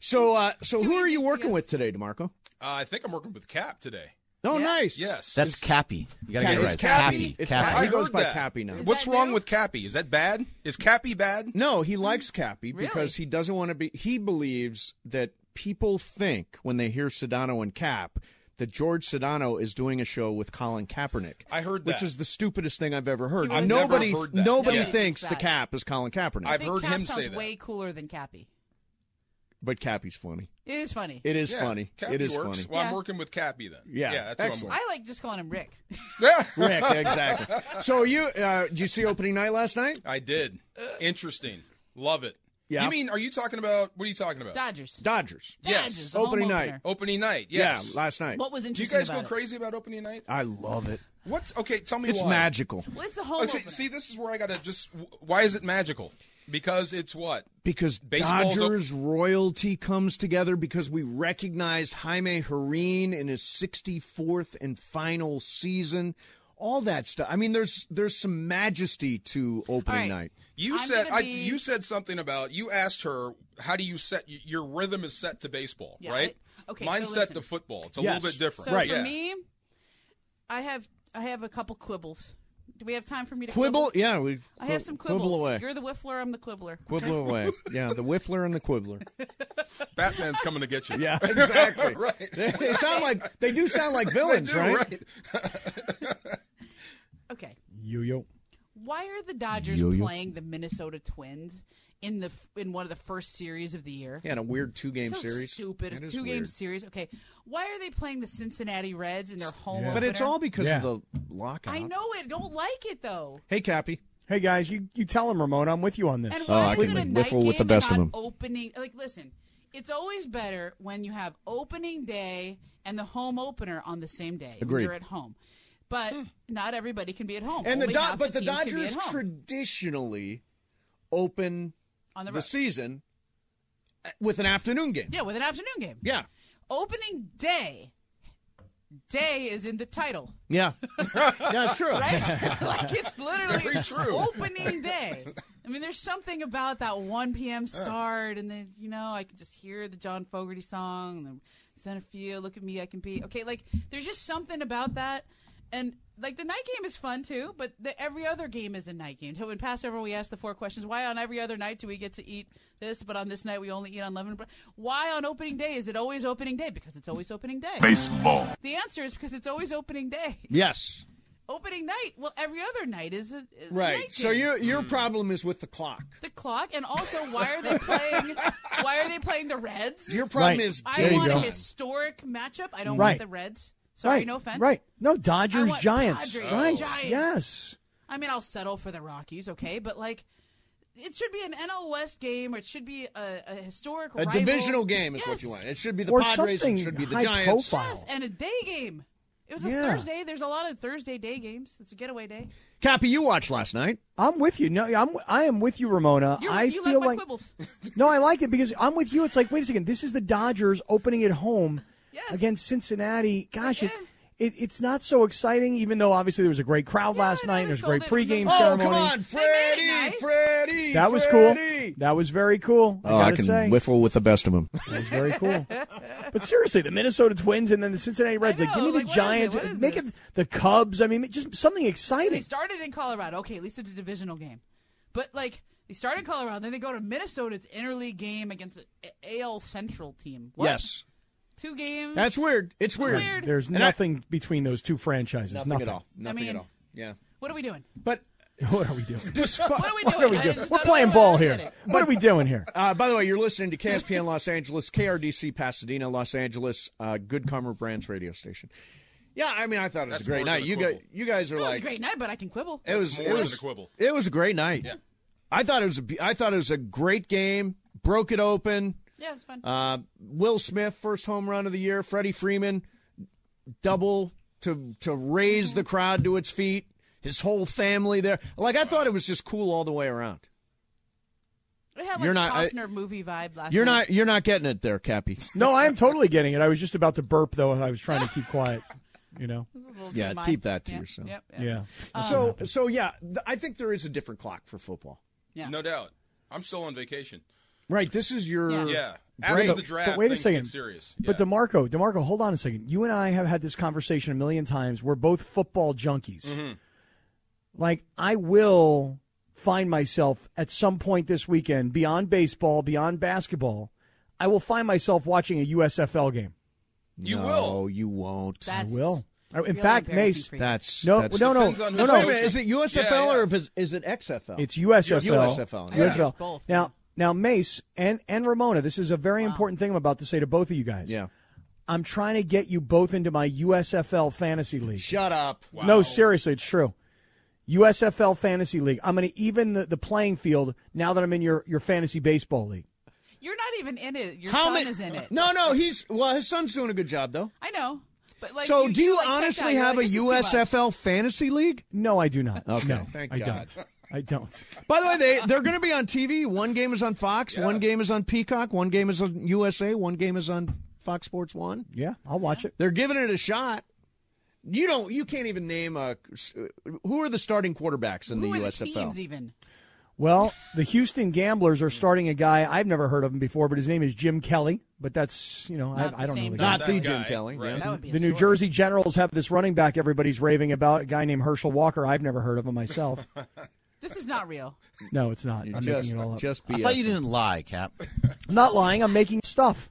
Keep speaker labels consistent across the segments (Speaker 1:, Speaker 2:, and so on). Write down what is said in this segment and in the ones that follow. Speaker 1: So, uh, so who are you working with today, Demarco?
Speaker 2: I think I'm working with Cap today.
Speaker 1: Oh, nice.
Speaker 2: Yes.
Speaker 3: That's Cappy. You gotta get it
Speaker 1: Cappy.
Speaker 2: Is
Speaker 3: right.
Speaker 1: It's
Speaker 2: Cappy.
Speaker 1: It's
Speaker 3: Cappy.
Speaker 1: Cappy.
Speaker 2: I
Speaker 1: He goes
Speaker 2: heard
Speaker 1: by
Speaker 2: that.
Speaker 1: Cappy now.
Speaker 2: What's
Speaker 4: Is that
Speaker 2: wrong
Speaker 4: new?
Speaker 2: with Cappy? Is that bad? Is Cappy bad?
Speaker 1: No, he likes Cappy
Speaker 4: Really?
Speaker 1: because he doesn't want to be. He believes that people think when they hear Sedano and Cap that George Sedano is doing a show with Colin Kaepernick.
Speaker 2: I heard
Speaker 1: which
Speaker 2: that.
Speaker 1: is the stupidest thing I've ever heard.
Speaker 4: I've never
Speaker 1: nobody,
Speaker 2: heard that.
Speaker 1: nobody
Speaker 2: Yeah.
Speaker 1: thinks the
Speaker 4: That.
Speaker 1: Cap is Colin Kaepernick,
Speaker 4: I
Speaker 2: I've
Speaker 4: think
Speaker 2: heard
Speaker 4: Cap
Speaker 2: him
Speaker 4: sounds
Speaker 2: say that.
Speaker 4: way cooler than Cappy.
Speaker 1: but Cappy's funny.
Speaker 4: It is funny.
Speaker 1: It is
Speaker 2: Yeah,
Speaker 1: funny.
Speaker 2: Cappy
Speaker 1: it is
Speaker 2: works.
Speaker 1: funny.
Speaker 2: Well,
Speaker 4: Yeah.
Speaker 2: I'm working with Cappy then.
Speaker 1: Yeah.
Speaker 2: Yeah, that's
Speaker 1: Excellent.
Speaker 2: what
Speaker 4: I like just calling him Rick.
Speaker 2: I'm working. Yeah.
Speaker 1: Rick, exactly. So you, uh, did you see opening night last night?
Speaker 2: I did. Interesting. Love it.
Speaker 1: Yeah.
Speaker 2: You mean, are you talking about, what are you talking about?
Speaker 4: Dodgers.
Speaker 1: Dodgers.
Speaker 2: Yes.
Speaker 4: Dodgers, the home
Speaker 1: Opening
Speaker 4: opener.
Speaker 1: night.
Speaker 2: Opening night. Yes.
Speaker 1: Yeah, last night.
Speaker 4: What was
Speaker 2: Do you
Speaker 4: interesting?
Speaker 2: guys go
Speaker 4: about it?
Speaker 2: crazy about opening night?
Speaker 1: I love it.
Speaker 2: What's, okay, tell me
Speaker 1: It's
Speaker 2: why.
Speaker 1: magical
Speaker 4: Well, it's a home
Speaker 2: Okay,
Speaker 4: opener.
Speaker 2: see, this is where I got to just, why is it magical? Because it's what?
Speaker 1: because
Speaker 2: Baseball's op-
Speaker 1: Dodgers royalty comes together because we recognized Jaime Herrin in his 64th and final season. All that stuff. I mean, there's there's some majesty to opening
Speaker 4: right.
Speaker 1: night.
Speaker 2: You
Speaker 4: I'm
Speaker 2: said
Speaker 4: gonna
Speaker 2: I,
Speaker 4: be-
Speaker 2: you said something about you asked her how do you set y- your rhythm is set to baseball,
Speaker 4: Yeah,
Speaker 2: right?
Speaker 4: I- okay,
Speaker 2: Mine's
Speaker 4: so
Speaker 2: set
Speaker 4: listen.
Speaker 2: to football. It's a
Speaker 1: Yes.
Speaker 2: little bit different.
Speaker 4: So
Speaker 1: Right.
Speaker 4: for
Speaker 2: Yeah.
Speaker 4: me, I have I have a couple quibbles. Do we have time for me to
Speaker 1: Quibble, yeah, we
Speaker 4: I have some quibbles.
Speaker 1: quibble away.
Speaker 4: You're the whiffler. I'm the quibbler.
Speaker 1: Quibble away. Yeah, the whiffler and the quibbler.
Speaker 2: Batman's coming to get you.
Speaker 1: Yeah, exactly.
Speaker 2: Right.
Speaker 1: They, they sound like they do sound like villains,
Speaker 2: Dude,
Speaker 1: right?
Speaker 4: Okay.
Speaker 5: Yo yo.
Speaker 4: Why are the Dodgers
Speaker 3: Yo-yo.
Speaker 4: playing the Minnesota Twins in the in one of the first series of the year?
Speaker 1: Yeah, in a weird two game
Speaker 4: so
Speaker 1: series.
Speaker 4: stupid.
Speaker 1: It
Speaker 4: It's
Speaker 1: is
Speaker 4: two game
Speaker 1: weird.
Speaker 4: series. Okay. Why are they playing the Cincinnati Reds in their home?
Speaker 5: Yeah.
Speaker 1: But it's
Speaker 4: opener?
Speaker 1: all because
Speaker 5: Yeah.
Speaker 1: of the lockout.
Speaker 4: I know it. Don't like it though.
Speaker 1: Hey, Cappy. Oh,
Speaker 5: Hey guys, you you tell him Ramona, I'm with you on this.
Speaker 4: And why
Speaker 1: Uh, I
Speaker 4: is it
Speaker 1: can
Speaker 4: a night
Speaker 1: whiffle
Speaker 4: game
Speaker 1: with the
Speaker 4: and
Speaker 1: best of
Speaker 4: not
Speaker 1: 'em.
Speaker 4: Opening, like, listen, it's always better when you have opening day and the home opener on the same day. when
Speaker 1: Agreed.
Speaker 4: You're at home, but not everybody can be at home.
Speaker 1: Hmm. And the
Speaker 4: Oh, Only
Speaker 1: Do-
Speaker 4: half
Speaker 1: but the
Speaker 4: teams can be at
Speaker 1: Dodgers
Speaker 4: home
Speaker 1: traditionally open
Speaker 4: on the,
Speaker 1: the
Speaker 4: road.
Speaker 1: season uh, with an afternoon game.
Speaker 4: yeah, with an afternoon game.
Speaker 1: Yeah.
Speaker 4: Opening day, day is in the title.
Speaker 1: Yeah. That's true.
Speaker 4: like it's literally
Speaker 2: Very true.
Speaker 4: opening day. I mean, there's something about that 1 p.m. start, and then you know I can just hear the John Fogerty song, and the center field. Look at me, I can be okay. Like there's just something about that, and like the night game is fun too, but the, every other game is a night game. So in Passover, we asked the four questions: Why on every other night do we get to eat this, but on this night we only eat unleavened bread? Why on opening day is it always opening day? Because it's always opening day.
Speaker 6: Baseball.
Speaker 4: The answer is because it's always opening day
Speaker 1: yes.
Speaker 4: opening night. Well, every other night is a, is a
Speaker 1: Right.
Speaker 4: night
Speaker 1: So
Speaker 4: game.
Speaker 1: your
Speaker 5: Hmm.
Speaker 1: your problem is with the clock.
Speaker 4: the clock, and also why are they playing? why are they playing the Reds?
Speaker 1: Your problem
Speaker 5: Right.
Speaker 1: is
Speaker 4: I
Speaker 5: There you
Speaker 1: game
Speaker 4: want a
Speaker 5: go.
Speaker 1: time.
Speaker 4: historic matchup. I don't want
Speaker 5: Right.
Speaker 4: the Reds. Sorry,
Speaker 5: right.
Speaker 4: no offense.
Speaker 5: Right. No Dodgers
Speaker 4: I want
Speaker 5: Giants.
Speaker 4: Padres,
Speaker 5: right.
Speaker 4: Giants.
Speaker 5: Yes.
Speaker 4: I mean, I'll settle for the Rockies, okay, but like. It should be an NL West game, or it should be a, a historic
Speaker 1: A
Speaker 4: rival.
Speaker 1: divisional game is what
Speaker 4: Yes.
Speaker 1: you want. It should be the
Speaker 5: or
Speaker 1: Padres.
Speaker 5: something
Speaker 1: It should be the
Speaker 5: high
Speaker 1: Giants.
Speaker 5: profile.
Speaker 4: Yes, and a day game. It was a
Speaker 5: Yeah.
Speaker 4: Thursday. There's a lot of Thursday day games. It's a getaway day.
Speaker 1: Cappy, you watched last night.
Speaker 5: I'm with you. No, I'm I am with you, Ramona.
Speaker 4: You're,
Speaker 5: I
Speaker 4: you
Speaker 5: feel
Speaker 4: like my
Speaker 5: like
Speaker 4: quibbles.
Speaker 5: no, I like it because I'm with you. It's like wait a second, this is the Dodgers opening at home
Speaker 4: Yes.
Speaker 5: against Cincinnati. Gosh, it, it it's not so exciting. Even though obviously there was a great crowd last
Speaker 4: I know,
Speaker 5: night,
Speaker 4: they
Speaker 5: there's a
Speaker 4: sold it.
Speaker 5: great pregame
Speaker 4: Oh,
Speaker 1: Oh,
Speaker 5: ceremony.
Speaker 1: come on,
Speaker 4: made
Speaker 1: Freddie,
Speaker 4: it nice.
Speaker 1: Freddie.
Speaker 5: That was cool.
Speaker 1: Freddie.
Speaker 5: That was very cool.
Speaker 1: Oh,
Speaker 5: I gotta say.
Speaker 1: whiffle with the best of them.
Speaker 5: That was very cool. but seriously, the Minnesota Twins and then the Cincinnati Reds. like,
Speaker 4: know,
Speaker 5: give me the
Speaker 4: like, what is it?
Speaker 5: Giants.
Speaker 4: What is
Speaker 5: Make
Speaker 4: this?
Speaker 5: it the Cubs. I mean, just something
Speaker 4: They
Speaker 5: exciting.
Speaker 4: started in Colorado. Okay, at least it's a divisional game. But like they start in Colorado, then they go to Minnesota. It's interleague game against an AL Central team. What?
Speaker 1: Yes,
Speaker 4: two games.
Speaker 1: that's weird. It's weird.
Speaker 4: Weird.
Speaker 5: There's
Speaker 1: And I-
Speaker 5: nothing between those two franchises.
Speaker 1: Nothing,
Speaker 5: Nothing,
Speaker 1: at all. Nothing
Speaker 4: mean-
Speaker 1: at all. Yeah.
Speaker 4: what are we doing?
Speaker 1: But
Speaker 5: What are we doing?
Speaker 1: despite,
Speaker 4: What are we doing?
Speaker 5: What are we
Speaker 4: I
Speaker 5: doing?
Speaker 4: just
Speaker 5: We're
Speaker 4: don't
Speaker 5: playing
Speaker 4: know.
Speaker 5: ball
Speaker 4: I
Speaker 5: here.
Speaker 4: don't get it.
Speaker 5: What are we doing here?
Speaker 1: Uh, by the way, you're listening to KSPN Los Angeles, KRDC Pasadena, Los Angeles, uh, Good Karma Brands radio station. Yeah, I mean, I thought it was
Speaker 2: That's
Speaker 1: a great
Speaker 2: more
Speaker 1: night.
Speaker 2: than a
Speaker 1: You guys,
Speaker 2: quibble.
Speaker 1: you guys are
Speaker 4: It was a
Speaker 1: like,
Speaker 4: great night, but I can quibble.
Speaker 1: it was,
Speaker 2: more
Speaker 1: it
Speaker 2: than
Speaker 1: was
Speaker 2: a quibble.
Speaker 1: It was a great night. I thought it was, a be- I thought it was a great game. Broke it open.
Speaker 4: yeah, it was fun.
Speaker 1: Uh, Will Smith, first home run of the year. Freddie Freeman, double to to raise the crowd to its feet. His whole family there. Like I thought it was just cool all the way around.
Speaker 4: we had like
Speaker 1: you're
Speaker 4: a
Speaker 1: not- I-
Speaker 4: Costner movie vibe last
Speaker 1: You're
Speaker 4: night.
Speaker 1: not, you're not getting it there, Cappy.
Speaker 5: No, I am totally getting it. I was just about to burp, though. and I was trying to keep quiet. You know?
Speaker 4: It was a little
Speaker 1: Yeah,
Speaker 4: too much.
Speaker 1: keep that to
Speaker 4: Yeah,
Speaker 1: yourself.
Speaker 4: Yep, Um, yep.
Speaker 5: Yeah.
Speaker 1: So, so yeah, th- I think there is a different clock for football.
Speaker 4: Yeah.
Speaker 2: No doubt. I'm still on vacation.
Speaker 1: Right. This is your.
Speaker 4: Yeah.
Speaker 2: Yeah. After
Speaker 5: Great.
Speaker 2: the draft,
Speaker 5: but wait a
Speaker 2: things
Speaker 5: second.
Speaker 2: get serious.
Speaker 5: But
Speaker 2: Yeah.
Speaker 5: Demarco, Demarco, hold on a second. You and I have had this conversation a million times. We're both football junkies.
Speaker 2: Mm-hmm.
Speaker 5: Like I will find myself at some point this weekend, beyond baseball, beyond basketball, I will find myself watching a USFL game.
Speaker 2: You
Speaker 1: no,
Speaker 2: will.
Speaker 1: you won't.
Speaker 4: That's
Speaker 5: I will. I- In
Speaker 4: really
Speaker 5: fact,
Speaker 4: embarrassing
Speaker 5: Mace,
Speaker 4: for you.
Speaker 1: that's
Speaker 5: No,
Speaker 1: that's
Speaker 5: no, no,
Speaker 2: Depends
Speaker 5: no,
Speaker 2: on
Speaker 5: no.
Speaker 2: who's
Speaker 1: Wait a minute,
Speaker 2: coaching.
Speaker 1: is it USFL
Speaker 2: Yeah, yeah.
Speaker 1: or if it's, is it XFL?
Speaker 5: It's USFL.
Speaker 1: USFL,
Speaker 5: USFL.
Speaker 1: yeah.
Speaker 4: Yeah, both.
Speaker 5: Now, now, Mace and and Ramona, this is a very important thing I'm about to say to both of you guys.
Speaker 1: yeah.
Speaker 5: I'm trying to get you both into my USFL fantasy league.
Speaker 1: Shut up.
Speaker 5: No, seriously, it's true. USFL fantasy league. I'm going to even the, the playing field now that I'm in your, your fantasy baseball league.
Speaker 4: You're not even in it. Your
Speaker 1: How
Speaker 4: son
Speaker 1: many?
Speaker 4: is in it.
Speaker 1: No, no, he's well. His son's doing a good job though.
Speaker 4: I know. But like,
Speaker 1: so, do you,
Speaker 4: like, checked out.
Speaker 1: honestly
Speaker 4: You're
Speaker 1: have
Speaker 4: like,
Speaker 1: a
Speaker 4: this is too much.
Speaker 1: USFL fantasy league?
Speaker 5: No, I do not.
Speaker 1: Okay,
Speaker 5: no,
Speaker 1: thank
Speaker 5: I
Speaker 1: God.
Speaker 5: don't. I don't.
Speaker 1: By the way, they they're going to be on TV. One game is on Fox. One game is on Peacock. One game is on USA. One game is on Fox Sports One.
Speaker 5: Yeah, I'll watch it.
Speaker 1: They're giving it a shot. You don't. You can't even name a. Who are the starting quarterbacks in
Speaker 4: Who
Speaker 1: the
Speaker 4: are
Speaker 1: USFL?
Speaker 4: the teams even?
Speaker 5: Well, the Houston Gamblers are starting a guy I've never heard of him before, but his name is Jim Kelly. But that's you know
Speaker 4: Not
Speaker 5: I, I
Speaker 4: the
Speaker 5: don't know.
Speaker 4: same
Speaker 5: the
Speaker 4: guy.
Speaker 5: guy.
Speaker 1: Not the
Speaker 2: That
Speaker 1: Jim
Speaker 2: guy,
Speaker 1: Kelly.
Speaker 2: right.
Speaker 1: yeah.
Speaker 4: That would be a
Speaker 5: The New
Speaker 4: story.
Speaker 5: Jersey Generals have this running back everybody's raving about, a guy named Herschel Walker. I've never heard of him myself.
Speaker 4: This is not real.
Speaker 5: No, it's not. I'm
Speaker 1: just,
Speaker 5: making it all up.
Speaker 1: just
Speaker 3: I
Speaker 1: BS.
Speaker 3: thought you didn't lie, Cap.
Speaker 5: I'm not lying. I'm making stuff.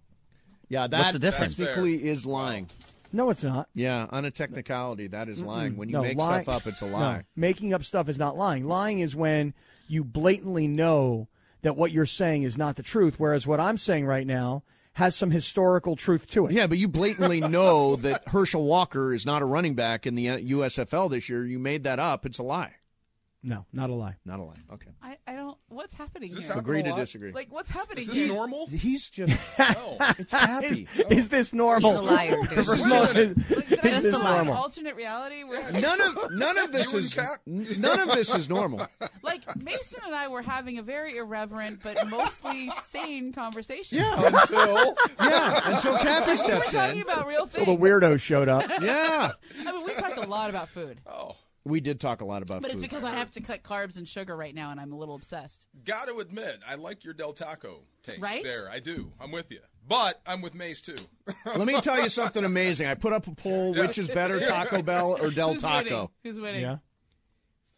Speaker 1: Yeah, that
Speaker 3: What's the difference?
Speaker 1: technically is lying.
Speaker 5: No, it's not.
Speaker 1: Yeah, on a technicality, that is lying. When you
Speaker 5: no,
Speaker 1: make
Speaker 5: lying-
Speaker 1: stuff up, it's a
Speaker 5: no,
Speaker 1: lie.
Speaker 5: making up stuff is not lying. Lying is when you blatantly know that what you're saying is not the truth, whereas what I'm saying right now has some historical truth to it.
Speaker 1: Yeah, but you blatantly know that Herschel Walker is not a running back in the uh, USFL this year. You made that up. It's a lie.
Speaker 5: No, not a lie.
Speaker 1: Not a lie. Okay.
Speaker 4: I, I don't. What's happening
Speaker 2: this
Speaker 4: here?
Speaker 2: how-
Speaker 1: Agree
Speaker 2: a
Speaker 1: to
Speaker 2: lot.
Speaker 1: disagree.
Speaker 4: Like, what's happening
Speaker 2: Is
Speaker 4: here?
Speaker 2: this normal?
Speaker 1: He's just
Speaker 2: No.
Speaker 1: it's happy.
Speaker 5: Is this normal?
Speaker 6: He's a liar, dude.
Speaker 5: This is
Speaker 2: Wait a
Speaker 5: not-
Speaker 2: minute.
Speaker 4: Like, did I
Speaker 5: Is
Speaker 4: just
Speaker 5: this
Speaker 4: live in
Speaker 5: normal?
Speaker 4: alternate reality? Where,
Speaker 1: None of none of this
Speaker 2: You and
Speaker 1: is
Speaker 2: Cap?
Speaker 1: none of this is normal.
Speaker 4: like, Mason and I were having a very irreverent but mostly sane conversation.
Speaker 1: Yeah,
Speaker 2: Until
Speaker 1: yeah. Until Cappy
Speaker 4: We're
Speaker 1: steps
Speaker 4: talking
Speaker 1: in.
Speaker 4: about real
Speaker 5: All the
Speaker 4: things.
Speaker 5: weirdo showed up.
Speaker 1: Yeah,
Speaker 4: I mean, we talked a lot about food,
Speaker 1: we did talk a lot about
Speaker 4: but it's
Speaker 1: food.
Speaker 4: because I have to cut carbs and sugar right now, and I'm a little obsessed.
Speaker 2: got to admit, I like your Del Taco take
Speaker 4: Right?
Speaker 2: there. I do. I'm with you. But I'm with Maze too.
Speaker 1: Let me tell you something amazing. I put up a poll: which is better, Taco Bell or Del
Speaker 4: Who's winning?
Speaker 1: Taco?
Speaker 4: Who's winning?
Speaker 5: Yeah.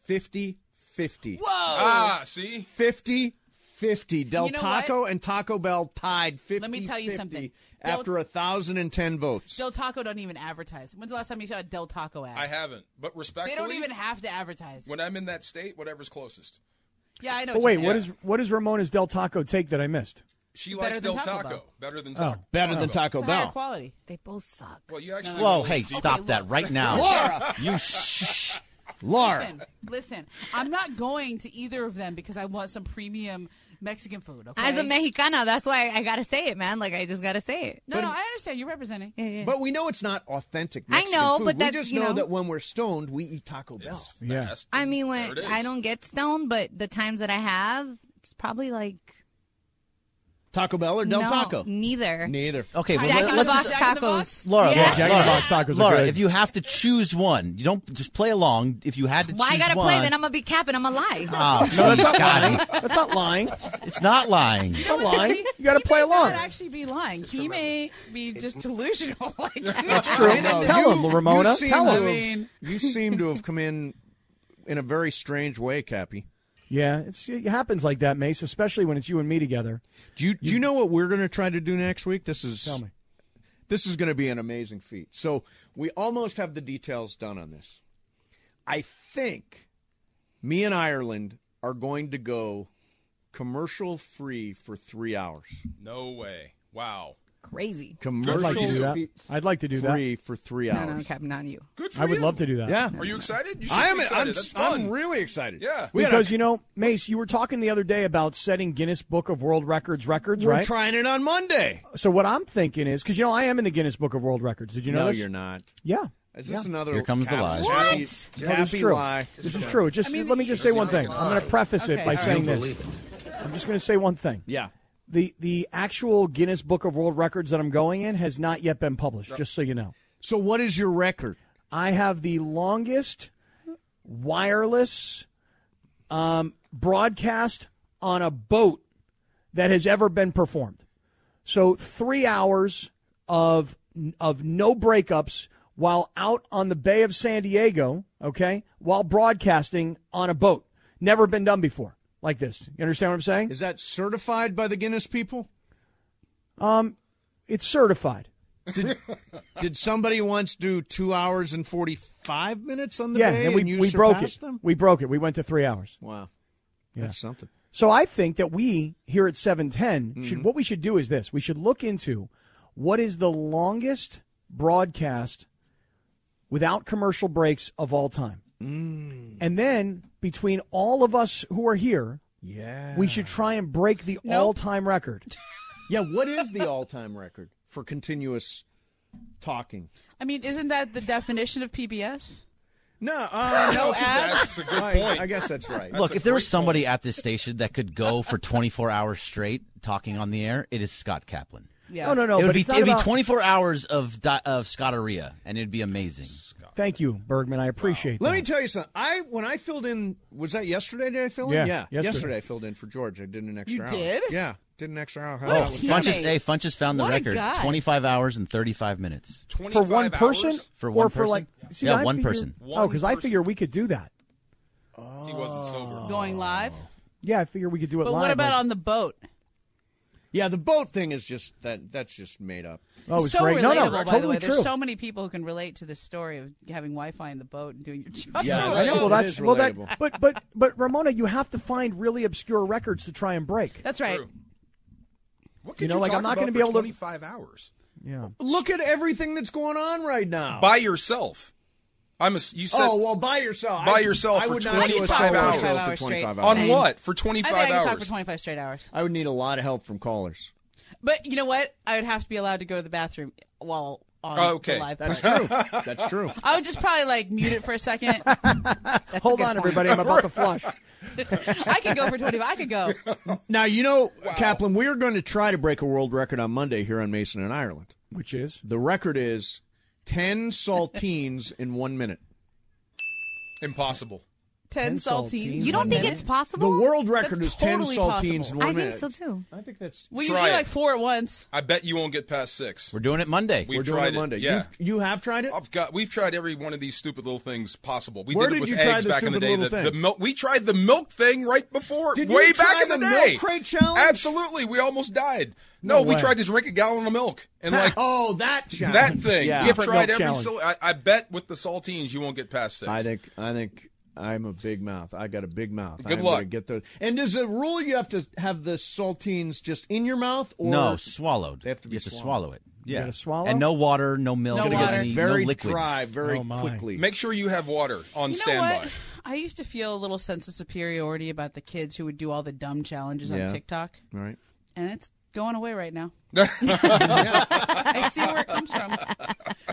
Speaker 1: 50-50.
Speaker 4: Whoa!
Speaker 2: ah, see?
Speaker 1: 50 50. Del
Speaker 4: You know
Speaker 1: Taco and Taco Bell tied 50
Speaker 4: Let me tell you something. Del-
Speaker 1: After 1,010 votes.
Speaker 4: Del Taco don't even advertise. When's the last time you saw a Del Taco ad?
Speaker 2: I haven't. But
Speaker 4: they
Speaker 2: respectfully,
Speaker 4: don't even have to advertise.
Speaker 2: when I'm in that state, whatever's closest.
Speaker 4: yeah, I know. what
Speaker 5: But Oh, wait,
Speaker 4: you're
Speaker 5: what
Speaker 4: saying.
Speaker 5: is what is Ramona's Del Taco take that I missed?
Speaker 2: She
Speaker 4: Better
Speaker 2: likes
Speaker 4: than
Speaker 2: Del
Speaker 4: Taco
Speaker 2: Taco,
Speaker 4: Bell.
Speaker 2: better than Taco.
Speaker 1: Better than Taco
Speaker 4: It's higher
Speaker 1: Bell.
Speaker 4: quality?
Speaker 6: They both suck.
Speaker 2: Well, you actually.
Speaker 3: Whoa,
Speaker 2: really
Speaker 3: hey,
Speaker 2: do.
Speaker 3: stop that right now.
Speaker 1: Laura!
Speaker 3: You shh.
Speaker 1: Laura!
Speaker 4: Listen, listen. I'm not going to either of them because I want some premium Mexican food. Okay.
Speaker 6: As a Mexicana, that's why I gotta say it, man. Like I just gotta say it.
Speaker 4: no, no, I understand. You're representing.
Speaker 6: Yeah, yeah.
Speaker 1: But we know it's not authentic.
Speaker 6: I
Speaker 1: Mexican
Speaker 6: know,
Speaker 1: food.
Speaker 6: but
Speaker 1: we
Speaker 6: that's,
Speaker 1: just
Speaker 6: you know-
Speaker 1: that when we're stoned, we eat Taco Bell.
Speaker 2: It's
Speaker 5: Yeah.
Speaker 2: fast.
Speaker 6: I mean, when
Speaker 2: There it is.
Speaker 6: I don't get stoned, but the times that I have, it's probably like
Speaker 1: Taco Bell or Del
Speaker 6: no,
Speaker 1: Taco?
Speaker 6: Neither.
Speaker 1: Neither.
Speaker 3: Okay, well,
Speaker 6: Jack
Speaker 3: let,
Speaker 6: in
Speaker 3: let's
Speaker 6: the
Speaker 3: just
Speaker 6: Box
Speaker 4: Jack in the Box?
Speaker 6: tacos.
Speaker 5: Laura,
Speaker 6: Yeah.
Speaker 5: Jack in the Box tacos are
Speaker 3: Laura,
Speaker 5: good.
Speaker 3: if you have to choose one, you don't just play along. If you had to
Speaker 6: Why I
Speaker 3: choose
Speaker 6: gotta
Speaker 3: one,
Speaker 6: play? Then I'm gonna be capping. I'm gonna lie.
Speaker 1: Ah,
Speaker 3: Oh,
Speaker 5: no, that's
Speaker 3: geez,
Speaker 5: not
Speaker 3: got
Speaker 5: lying.
Speaker 3: it.
Speaker 5: That's not lying.
Speaker 3: It's not lying.
Speaker 5: It's not lying. You got to
Speaker 4: He
Speaker 5: play
Speaker 4: may
Speaker 5: along.
Speaker 4: Not actually be lying. He may be just delusional. Like
Speaker 5: True.
Speaker 1: No,
Speaker 5: Tell
Speaker 1: you-
Speaker 5: him, Ramona.
Speaker 1: you seem
Speaker 5: Tell
Speaker 1: to
Speaker 5: him.
Speaker 1: have- you seem to have come in in a very strange way, Cappy.
Speaker 5: Yeah, it's, it happens like that, Mace, especially when it's you and me together.
Speaker 1: Do you, do you know what we're going to try to do next week? This is
Speaker 5: Tell me.
Speaker 1: this is going to be an amazing feat. So we almost have the details done on this. I think me and Ireland are going to go commercial free for three hours.
Speaker 2: No way. Wow.
Speaker 6: Crazy.
Speaker 5: I'd
Speaker 1: Commercial
Speaker 5: like to do that.
Speaker 1: free-
Speaker 5: I'd like to do that.
Speaker 1: free for three
Speaker 6: No,
Speaker 1: hours.
Speaker 6: no, capping on you.
Speaker 2: Good for
Speaker 5: I would
Speaker 2: you.
Speaker 5: love to do that.
Speaker 1: Yeah,
Speaker 2: Are you excited? You should
Speaker 1: I am.
Speaker 2: Be
Speaker 1: I'm,
Speaker 2: excited. That's fun.
Speaker 1: I'm really excited.
Speaker 2: Yeah.
Speaker 1: we
Speaker 5: because
Speaker 1: gotta,
Speaker 5: you know, Mace, you were talking the other day about setting Guinness Book of World Records records,
Speaker 1: we're
Speaker 5: right?
Speaker 1: trying it on Monday.
Speaker 5: so what I'm thinking is because you know I am in the Guinness Book of World Records. Did you know
Speaker 1: no,
Speaker 5: this?
Speaker 1: you're not.
Speaker 5: Yeah,
Speaker 1: Is this another?
Speaker 3: Here comes the
Speaker 1: Cappy's
Speaker 3: lies.
Speaker 1: happy-
Speaker 5: No, this
Speaker 1: happy
Speaker 5: is true.
Speaker 1: lie.
Speaker 5: This is true. Just
Speaker 4: I mean,
Speaker 5: let me just say one thing. I'm going to preface
Speaker 4: Okay,
Speaker 5: it
Speaker 4: all
Speaker 5: by
Speaker 4: right.
Speaker 5: saying this. I'm just going to say one thing.
Speaker 1: Yeah.
Speaker 5: The the actual Guinness Book of World Records that I'm going in has not yet been published. Just so you know,
Speaker 1: So what is your record?
Speaker 5: I have the longest wireless um, broadcast on a boat that has ever been performed. So three hours of of no breakups while out on the Bay of San Diego. Okay, while broadcasting on a boat, never been done before like this. You understand what I'm saying?
Speaker 1: Is that certified by the Guinness people?
Speaker 5: Um, It's certified.
Speaker 1: Did, did somebody once do two hours and forty five minutes on the
Speaker 5: yeah,
Speaker 1: day
Speaker 5: and we
Speaker 1: you
Speaker 5: we broke it.
Speaker 1: surpassed them?
Speaker 5: We broke it. We went to three hours.
Speaker 1: Wow, that's something. Mm-hmm.
Speaker 5: So I think that we here at 710 should what we should do is this. We should look into what is the longest broadcast without commercial breaks of all time.
Speaker 1: Mm.
Speaker 5: And then between all of us who are here,
Speaker 1: Yeah,
Speaker 5: we should try and break the all-time record.
Speaker 1: yeah. What is the all time record for continuous talking?
Speaker 4: I mean, isn't that the definition of PBS?
Speaker 1: No, uh,
Speaker 4: No ads.
Speaker 2: That's a good
Speaker 1: I,
Speaker 2: point.
Speaker 1: I guess that's right.
Speaker 3: Look,
Speaker 2: a
Speaker 3: if there was
Speaker 2: great
Speaker 3: somebody at this station that could go for 24 hours straight talking on the air, it is Scott Kaplan.
Speaker 4: Yeah.
Speaker 5: No, no, no.
Speaker 3: it
Speaker 5: but
Speaker 3: would be
Speaker 5: it's not
Speaker 3: it'd
Speaker 5: about-
Speaker 3: be 24 hours of di- of Scotteria, and it'd be amazing.
Speaker 5: Thank you, Bergman. I appreciate
Speaker 1: Let
Speaker 5: that.
Speaker 1: me tell you something. I when I filled in, was that yesterday? Did I fill in?
Speaker 5: Yeah,
Speaker 1: yesterday.
Speaker 5: yesterday.
Speaker 1: I filled in for George. I did an extra.
Speaker 4: You
Speaker 1: hour.
Speaker 4: did? Oh,
Speaker 1: Yeah, did an extra hour.
Speaker 4: What
Speaker 1: That
Speaker 4: a
Speaker 1: was-
Speaker 4: team.
Speaker 3: Oh, Funches,
Speaker 4: Teammate.
Speaker 3: hey, Funches found the
Speaker 4: What a
Speaker 3: record:
Speaker 4: guy.
Speaker 3: 25 hours and 35 minutes.
Speaker 5: for
Speaker 2: 25
Speaker 5: one person
Speaker 2: hours?
Speaker 3: For
Speaker 5: or
Speaker 3: one
Speaker 5: for like
Speaker 3: person?
Speaker 5: see,
Speaker 3: Yeah,
Speaker 5: I
Speaker 3: one
Speaker 5: figure-
Speaker 3: person.
Speaker 5: Oh, cuz I
Speaker 2: One
Speaker 5: figure we could do that.
Speaker 2: He wasn't sober.
Speaker 4: Oh. Going live.
Speaker 5: Yeah, I figure we could do it
Speaker 4: But
Speaker 5: live.
Speaker 4: what about
Speaker 5: like-
Speaker 4: on the boat?
Speaker 1: yeah, the boat thing is just that. That's just made up.
Speaker 5: Oh, it's
Speaker 4: so
Speaker 5: great.
Speaker 4: relatable,
Speaker 5: no, no,
Speaker 4: by
Speaker 5: totally
Speaker 4: the way.
Speaker 5: true.
Speaker 4: There's so many people who can relate to this story of having Wi-Fi in the boat and doing your job.
Speaker 1: Yeah,
Speaker 5: I know. Well,
Speaker 1: It
Speaker 5: that's
Speaker 1: is
Speaker 5: well. That,
Speaker 1: relatable.
Speaker 5: but but but Ramona, you have to find really obscure records to try and break.
Speaker 4: That's right.
Speaker 2: True. What could
Speaker 5: You know, like, I'm
Speaker 2: talk
Speaker 5: not gonna
Speaker 2: about
Speaker 5: be
Speaker 2: for
Speaker 5: able to-
Speaker 2: 25 hours
Speaker 5: Yeah.
Speaker 1: Look at everything that's going on right now.
Speaker 2: by yourself. I'm a, you said
Speaker 1: oh well, by yourself.
Speaker 2: By
Speaker 1: I-
Speaker 2: yourself
Speaker 1: I
Speaker 2: for
Speaker 1: would not do a
Speaker 2: 25
Speaker 1: solo
Speaker 2: hours.
Speaker 1: show for
Speaker 4: 25
Speaker 1: 25
Speaker 4: hours
Speaker 1: hours.
Speaker 2: on
Speaker 6: Same.
Speaker 2: what for
Speaker 4: I
Speaker 2: 25
Speaker 4: think I can talk
Speaker 2: hours.
Speaker 4: for 25 straight hours.
Speaker 1: I would need a lot of help from callers.
Speaker 4: But you know what? I would have to be allowed to go to the bathroom while on
Speaker 2: Oh, okay.
Speaker 4: the live.
Speaker 1: That's
Speaker 4: part.
Speaker 1: true. that's true.
Speaker 4: I would just probably like mute it for a second.
Speaker 5: Hold on, everybody. I'm about to flush.
Speaker 4: I could go for 25. I could go.
Speaker 1: Now you know, Kaplan, we are going to try to break a world record on Monday here on Mason and Ireland.
Speaker 5: Which is
Speaker 1: The record is ten saltines in one minute.
Speaker 2: Impossible.
Speaker 4: 10 saltines.
Speaker 6: You don't think it's
Speaker 1: The
Speaker 6: possible?
Speaker 1: world record
Speaker 4: That's
Speaker 1: is ten
Speaker 4: totally
Speaker 1: saltines
Speaker 4: possible.
Speaker 1: in one
Speaker 6: I think
Speaker 1: minute.
Speaker 6: so too.
Speaker 1: I think that's
Speaker 4: Well, you
Speaker 2: Try
Speaker 4: do
Speaker 2: it.
Speaker 4: like four at once.
Speaker 2: I bet you won't get past six.
Speaker 3: We're doing it Monday.
Speaker 2: We've
Speaker 1: we're doing
Speaker 2: tried
Speaker 1: it Monday.
Speaker 2: Yeah,
Speaker 1: You, you have tried it.
Speaker 2: I've got. We've tried every one of these stupid little things possible. We
Speaker 1: Where
Speaker 2: did,
Speaker 1: did
Speaker 2: it with
Speaker 1: you try
Speaker 2: eggs
Speaker 1: the
Speaker 2: back in the
Speaker 1: stupid
Speaker 2: day.
Speaker 1: little
Speaker 2: the,
Speaker 1: thing?
Speaker 2: the milk. We tried the milk thing right before.
Speaker 1: Did you
Speaker 2: way
Speaker 1: try
Speaker 2: back in the,
Speaker 1: the
Speaker 2: day.
Speaker 1: milk crate challenge?
Speaker 2: Absolutely. We almost died. No, we
Speaker 5: way.
Speaker 2: tried to drink a gallon of milk and like.
Speaker 1: oh, that challenge.
Speaker 2: That thing.
Speaker 1: Yeah.
Speaker 2: We've
Speaker 5: Different
Speaker 2: tried
Speaker 5: milk
Speaker 2: every.
Speaker 5: challenge.
Speaker 2: Sil- I, I bet with the saltines you won't get past six.
Speaker 1: I think. I think. I'm a big mouth. I got a big mouth.
Speaker 2: Good
Speaker 1: I'm
Speaker 2: luck.
Speaker 1: gonna Get those. And is a rule you have to have the saltines just in your mouth or
Speaker 3: no, swallowed.
Speaker 1: They have to
Speaker 3: you
Speaker 1: be
Speaker 3: have to
Speaker 1: swallowed.
Speaker 3: swallow it. Yeah,
Speaker 5: gotta swallow?
Speaker 3: And no water, no milk,
Speaker 4: Gotta get water.
Speaker 3: any-
Speaker 1: very
Speaker 3: no liquids.
Speaker 1: dry, very
Speaker 5: Oh, my.
Speaker 1: quickly.
Speaker 2: Make sure you have water on
Speaker 4: You know
Speaker 2: standby.
Speaker 4: what? I used to feel a little sense of superiority about the kids who would do all the dumb challenges
Speaker 1: Yeah.
Speaker 4: on TikTok.
Speaker 1: right.
Speaker 4: and it's going away right now. I see where it comes from.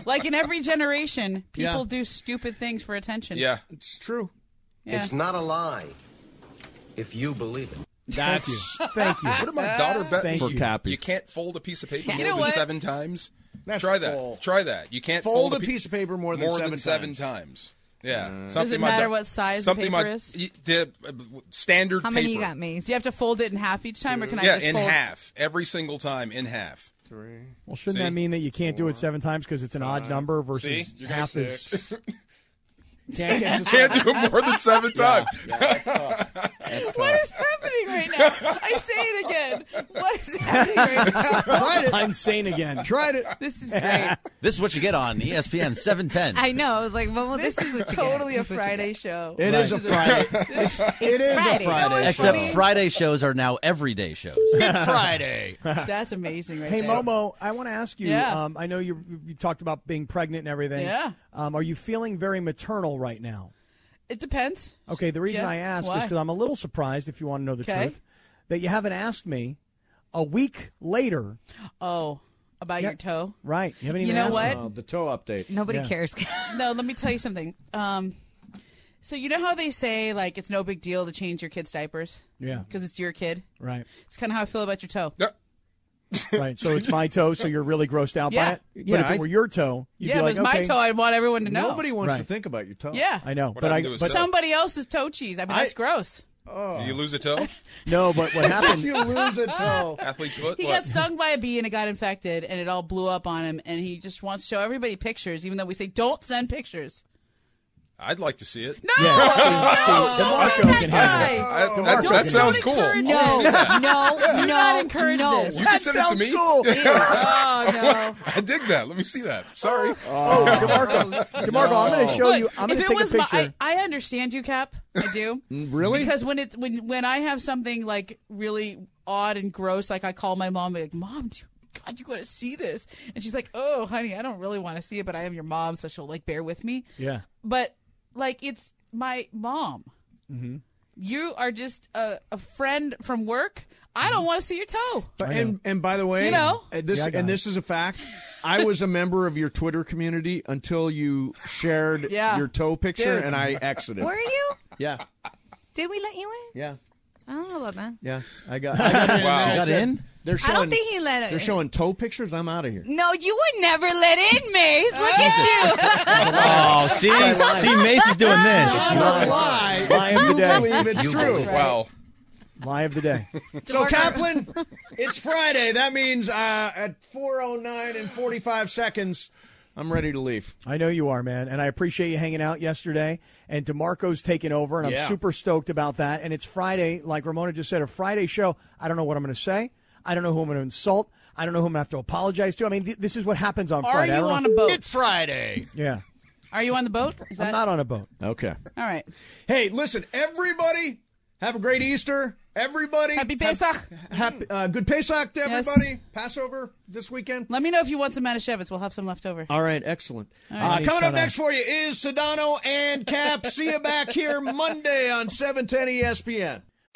Speaker 4: Like in every generation, people
Speaker 1: Yeah.
Speaker 4: do stupid things for attention.
Speaker 2: Yeah.
Speaker 1: It's true.
Speaker 4: Yeah.
Speaker 7: It's not a lie if you believe it.
Speaker 1: That's
Speaker 5: Thank you.
Speaker 2: What did my daughter bet
Speaker 5: Thank
Speaker 2: me?
Speaker 5: you.
Speaker 1: Cappy.
Speaker 2: You can't fold a piece of paper
Speaker 6: You
Speaker 2: more
Speaker 4: know
Speaker 2: than
Speaker 4: what?
Speaker 2: seven times.
Speaker 1: That's
Speaker 2: Try that.
Speaker 1: bull.
Speaker 2: Try that. You can't
Speaker 1: Fold
Speaker 2: fold,
Speaker 1: a piece of paper more than
Speaker 2: more
Speaker 1: seven
Speaker 2: than seven
Speaker 1: times.
Speaker 2: times. Yeah. Something
Speaker 4: Does it
Speaker 2: my
Speaker 4: matter
Speaker 2: da-
Speaker 4: what size the
Speaker 2: something
Speaker 4: paper
Speaker 2: my,
Speaker 4: is?
Speaker 2: y- the, uh, w- standard
Speaker 6: How many you
Speaker 2: paper.
Speaker 6: got, Mace?
Speaker 4: Do you have to fold it in half each time, or can I
Speaker 2: Yeah,
Speaker 4: just
Speaker 2: in
Speaker 4: fold?
Speaker 2: half. Every single time in half.
Speaker 5: Well, shouldn't
Speaker 2: See?
Speaker 5: that mean that you can't do it seven times because it's an odd number versus
Speaker 2: See? You're gonna
Speaker 5: half is?
Speaker 1: can't get this
Speaker 2: Can't do it more than seven times.
Speaker 4: What is happening right now? I say it again. What is happening right now?
Speaker 1: Tried it.
Speaker 5: I'm sane again.
Speaker 1: Tried it.
Speaker 4: This is great.
Speaker 3: This is what you get on E ESPN 710.
Speaker 6: I know. I was like, well, well this, is what you get.
Speaker 4: totally a
Speaker 6: This is what you
Speaker 4: Friday show.
Speaker 1: It is a Friday. it is
Speaker 6: Friday.
Speaker 1: a Friday.
Speaker 4: You know
Speaker 3: Except
Speaker 4: funny.
Speaker 3: Friday shows are now everyday shows.
Speaker 1: Friday.
Speaker 4: That's amazing right
Speaker 5: Hey
Speaker 4: there.
Speaker 5: Momo, I want to ask you.
Speaker 4: Yeah.
Speaker 5: Um, I know you you talked about being pregnant and everything.
Speaker 4: Yeah.
Speaker 5: Um, are you feeling very maternal right now?
Speaker 4: It depends.
Speaker 5: Okay, the reason
Speaker 4: Yeah.
Speaker 5: I ask is
Speaker 4: Why?
Speaker 5: because I'm a little surprised, if you want to know the
Speaker 4: Okay.
Speaker 5: truth, that you haven't asked me a week later.
Speaker 4: Oh, about
Speaker 5: Yeah.
Speaker 4: your toe?
Speaker 5: Right. You haven't even
Speaker 4: You know
Speaker 5: asked
Speaker 4: what?
Speaker 5: me.
Speaker 1: Uh, the toe update.
Speaker 6: get. Nobody
Speaker 5: Yeah.
Speaker 6: cares.
Speaker 4: No, let me tell you something. Um, so you know how they say like it's no big deal to change your kid's diapers
Speaker 5: Yeah.
Speaker 4: because it's your kid.
Speaker 5: Right.
Speaker 4: It's kind of how I feel about your toe.
Speaker 2: No.
Speaker 5: Right. So it's my toe, so you're really grossed out
Speaker 4: Yeah.
Speaker 5: by it.
Speaker 1: Yeah,
Speaker 5: but if
Speaker 1: I-
Speaker 5: it were your toe, you'd
Speaker 4: yeah,
Speaker 5: be
Speaker 4: if
Speaker 5: like,
Speaker 4: it was my
Speaker 5: okay.
Speaker 4: toe. I'd want everyone to know.
Speaker 1: Nobody wants to
Speaker 5: Right.
Speaker 1: think about your toe.
Speaker 4: Yeah.
Speaker 5: I know,
Speaker 2: What
Speaker 5: but I
Speaker 2: happened to his
Speaker 5: but
Speaker 2: toe?
Speaker 4: Somebody else's toe cheese. I mean,
Speaker 1: I-
Speaker 4: that's gross.
Speaker 2: Did you lose a toe?
Speaker 5: No, but what happened?
Speaker 1: Oh. You lose a toe.
Speaker 2: Athlete's foot?
Speaker 4: He
Speaker 2: What?
Speaker 4: got stung by a bee and it got infected and it all blew up on him and he just wants to show everybody pictures even though we say don't send pictures.
Speaker 2: I'd like to see it.
Speaker 4: No.
Speaker 5: Yeah, see, DeMarco can handle it.
Speaker 4: Guy.
Speaker 2: I- that,
Speaker 5: Don't
Speaker 2: that sounds cool.
Speaker 4: encourage
Speaker 6: No, no,
Speaker 4: Do
Speaker 6: no,
Speaker 4: not encourage
Speaker 6: no.
Speaker 4: this.
Speaker 2: Oh, You can send it to me.
Speaker 4: Oh no.
Speaker 2: I dig that. Let me see that. Sorry.
Speaker 5: Oh. DeMarco, DeMarco, I'm going to show you. I'm
Speaker 4: if
Speaker 5: going to
Speaker 4: it
Speaker 5: take
Speaker 4: was
Speaker 5: a picture.
Speaker 4: My, I, I understand you, Cap. I do.
Speaker 2: Mm,
Speaker 1: Really?
Speaker 4: Because when it's when when I have something like really odd and gross, like I call my mom, like, "Mom, do, God, you got to see this," and she's like, "Oh, honey, I don't really want to see it, but I am your mom, so she'll like bear with me."
Speaker 5: yeah.
Speaker 4: But like, it's my mom.
Speaker 5: mm-hmm.
Speaker 4: You are just a, a friend from work. I don't want to see your toe.
Speaker 1: But- and and by the way,
Speaker 4: You know.
Speaker 1: uh, this
Speaker 5: Yeah, I got
Speaker 1: and
Speaker 5: it.
Speaker 1: this is a fact. I was a member of your Twitter community until you shared
Speaker 4: Yeah.
Speaker 1: your toe picture,
Speaker 4: Dude.
Speaker 1: and I exited.
Speaker 6: Were you?
Speaker 1: Yeah,
Speaker 6: Did we let you in?
Speaker 1: yeah,
Speaker 6: I don't know about that.
Speaker 1: yeah. I got. I got in.
Speaker 2: Wow.
Speaker 1: and then I
Speaker 3: Got
Speaker 1: said-
Speaker 3: in?
Speaker 1: They're
Speaker 6: I
Speaker 1: showing.
Speaker 6: don't think he let it.
Speaker 1: they're showing toe pictures. I'm out of here.
Speaker 6: No, you were never let in, Mace. Look at you.
Speaker 3: Oh, see, see, Mace is doing this.
Speaker 1: Not a lie.
Speaker 5: Lie of the
Speaker 1: You
Speaker 5: day.
Speaker 1: believe it's true.
Speaker 2: Wow.
Speaker 5: Lie of the day.
Speaker 1: So Kaplan, it's Friday. That means uh, at 4:09 and 45 seconds, I'm ready to leave.
Speaker 5: I know you are, man, and I appreciate you hanging out yesterday. And Demarco's taken over, and I'm
Speaker 1: Yeah.
Speaker 5: super stoked about that. And it's Friday, like Ramona just said, a Friday show. I don't know what I'm going to say. I don't know who I'm going to insult. I don't know who I'm going to have to apologize to. I mean, th- this is what happens on
Speaker 4: Are
Speaker 5: Friday. I
Speaker 4: you
Speaker 5: don't
Speaker 4: on a
Speaker 5: know-
Speaker 4: boat?
Speaker 1: Friday.
Speaker 5: Yeah,
Speaker 4: Are you on the boat? Is that
Speaker 5: I'm not on a boat.
Speaker 1: Okay.
Speaker 4: all right?
Speaker 1: Hey, listen, everybody, have a great Easter. Everybody,
Speaker 4: Happy
Speaker 1: have-
Speaker 4: Pesach.
Speaker 1: Happy, uh, good Pesach to
Speaker 4: Yes.
Speaker 1: everybody. Passover this weekend.
Speaker 4: Let me know if you want some Manischewitz. We'll have some left over.
Speaker 1: All right, excellent.
Speaker 5: right.
Speaker 1: Uh, coming up
Speaker 5: Sedano.
Speaker 1: next for you is Sedano and Cap. See you back here Monday on E 710 ESPN.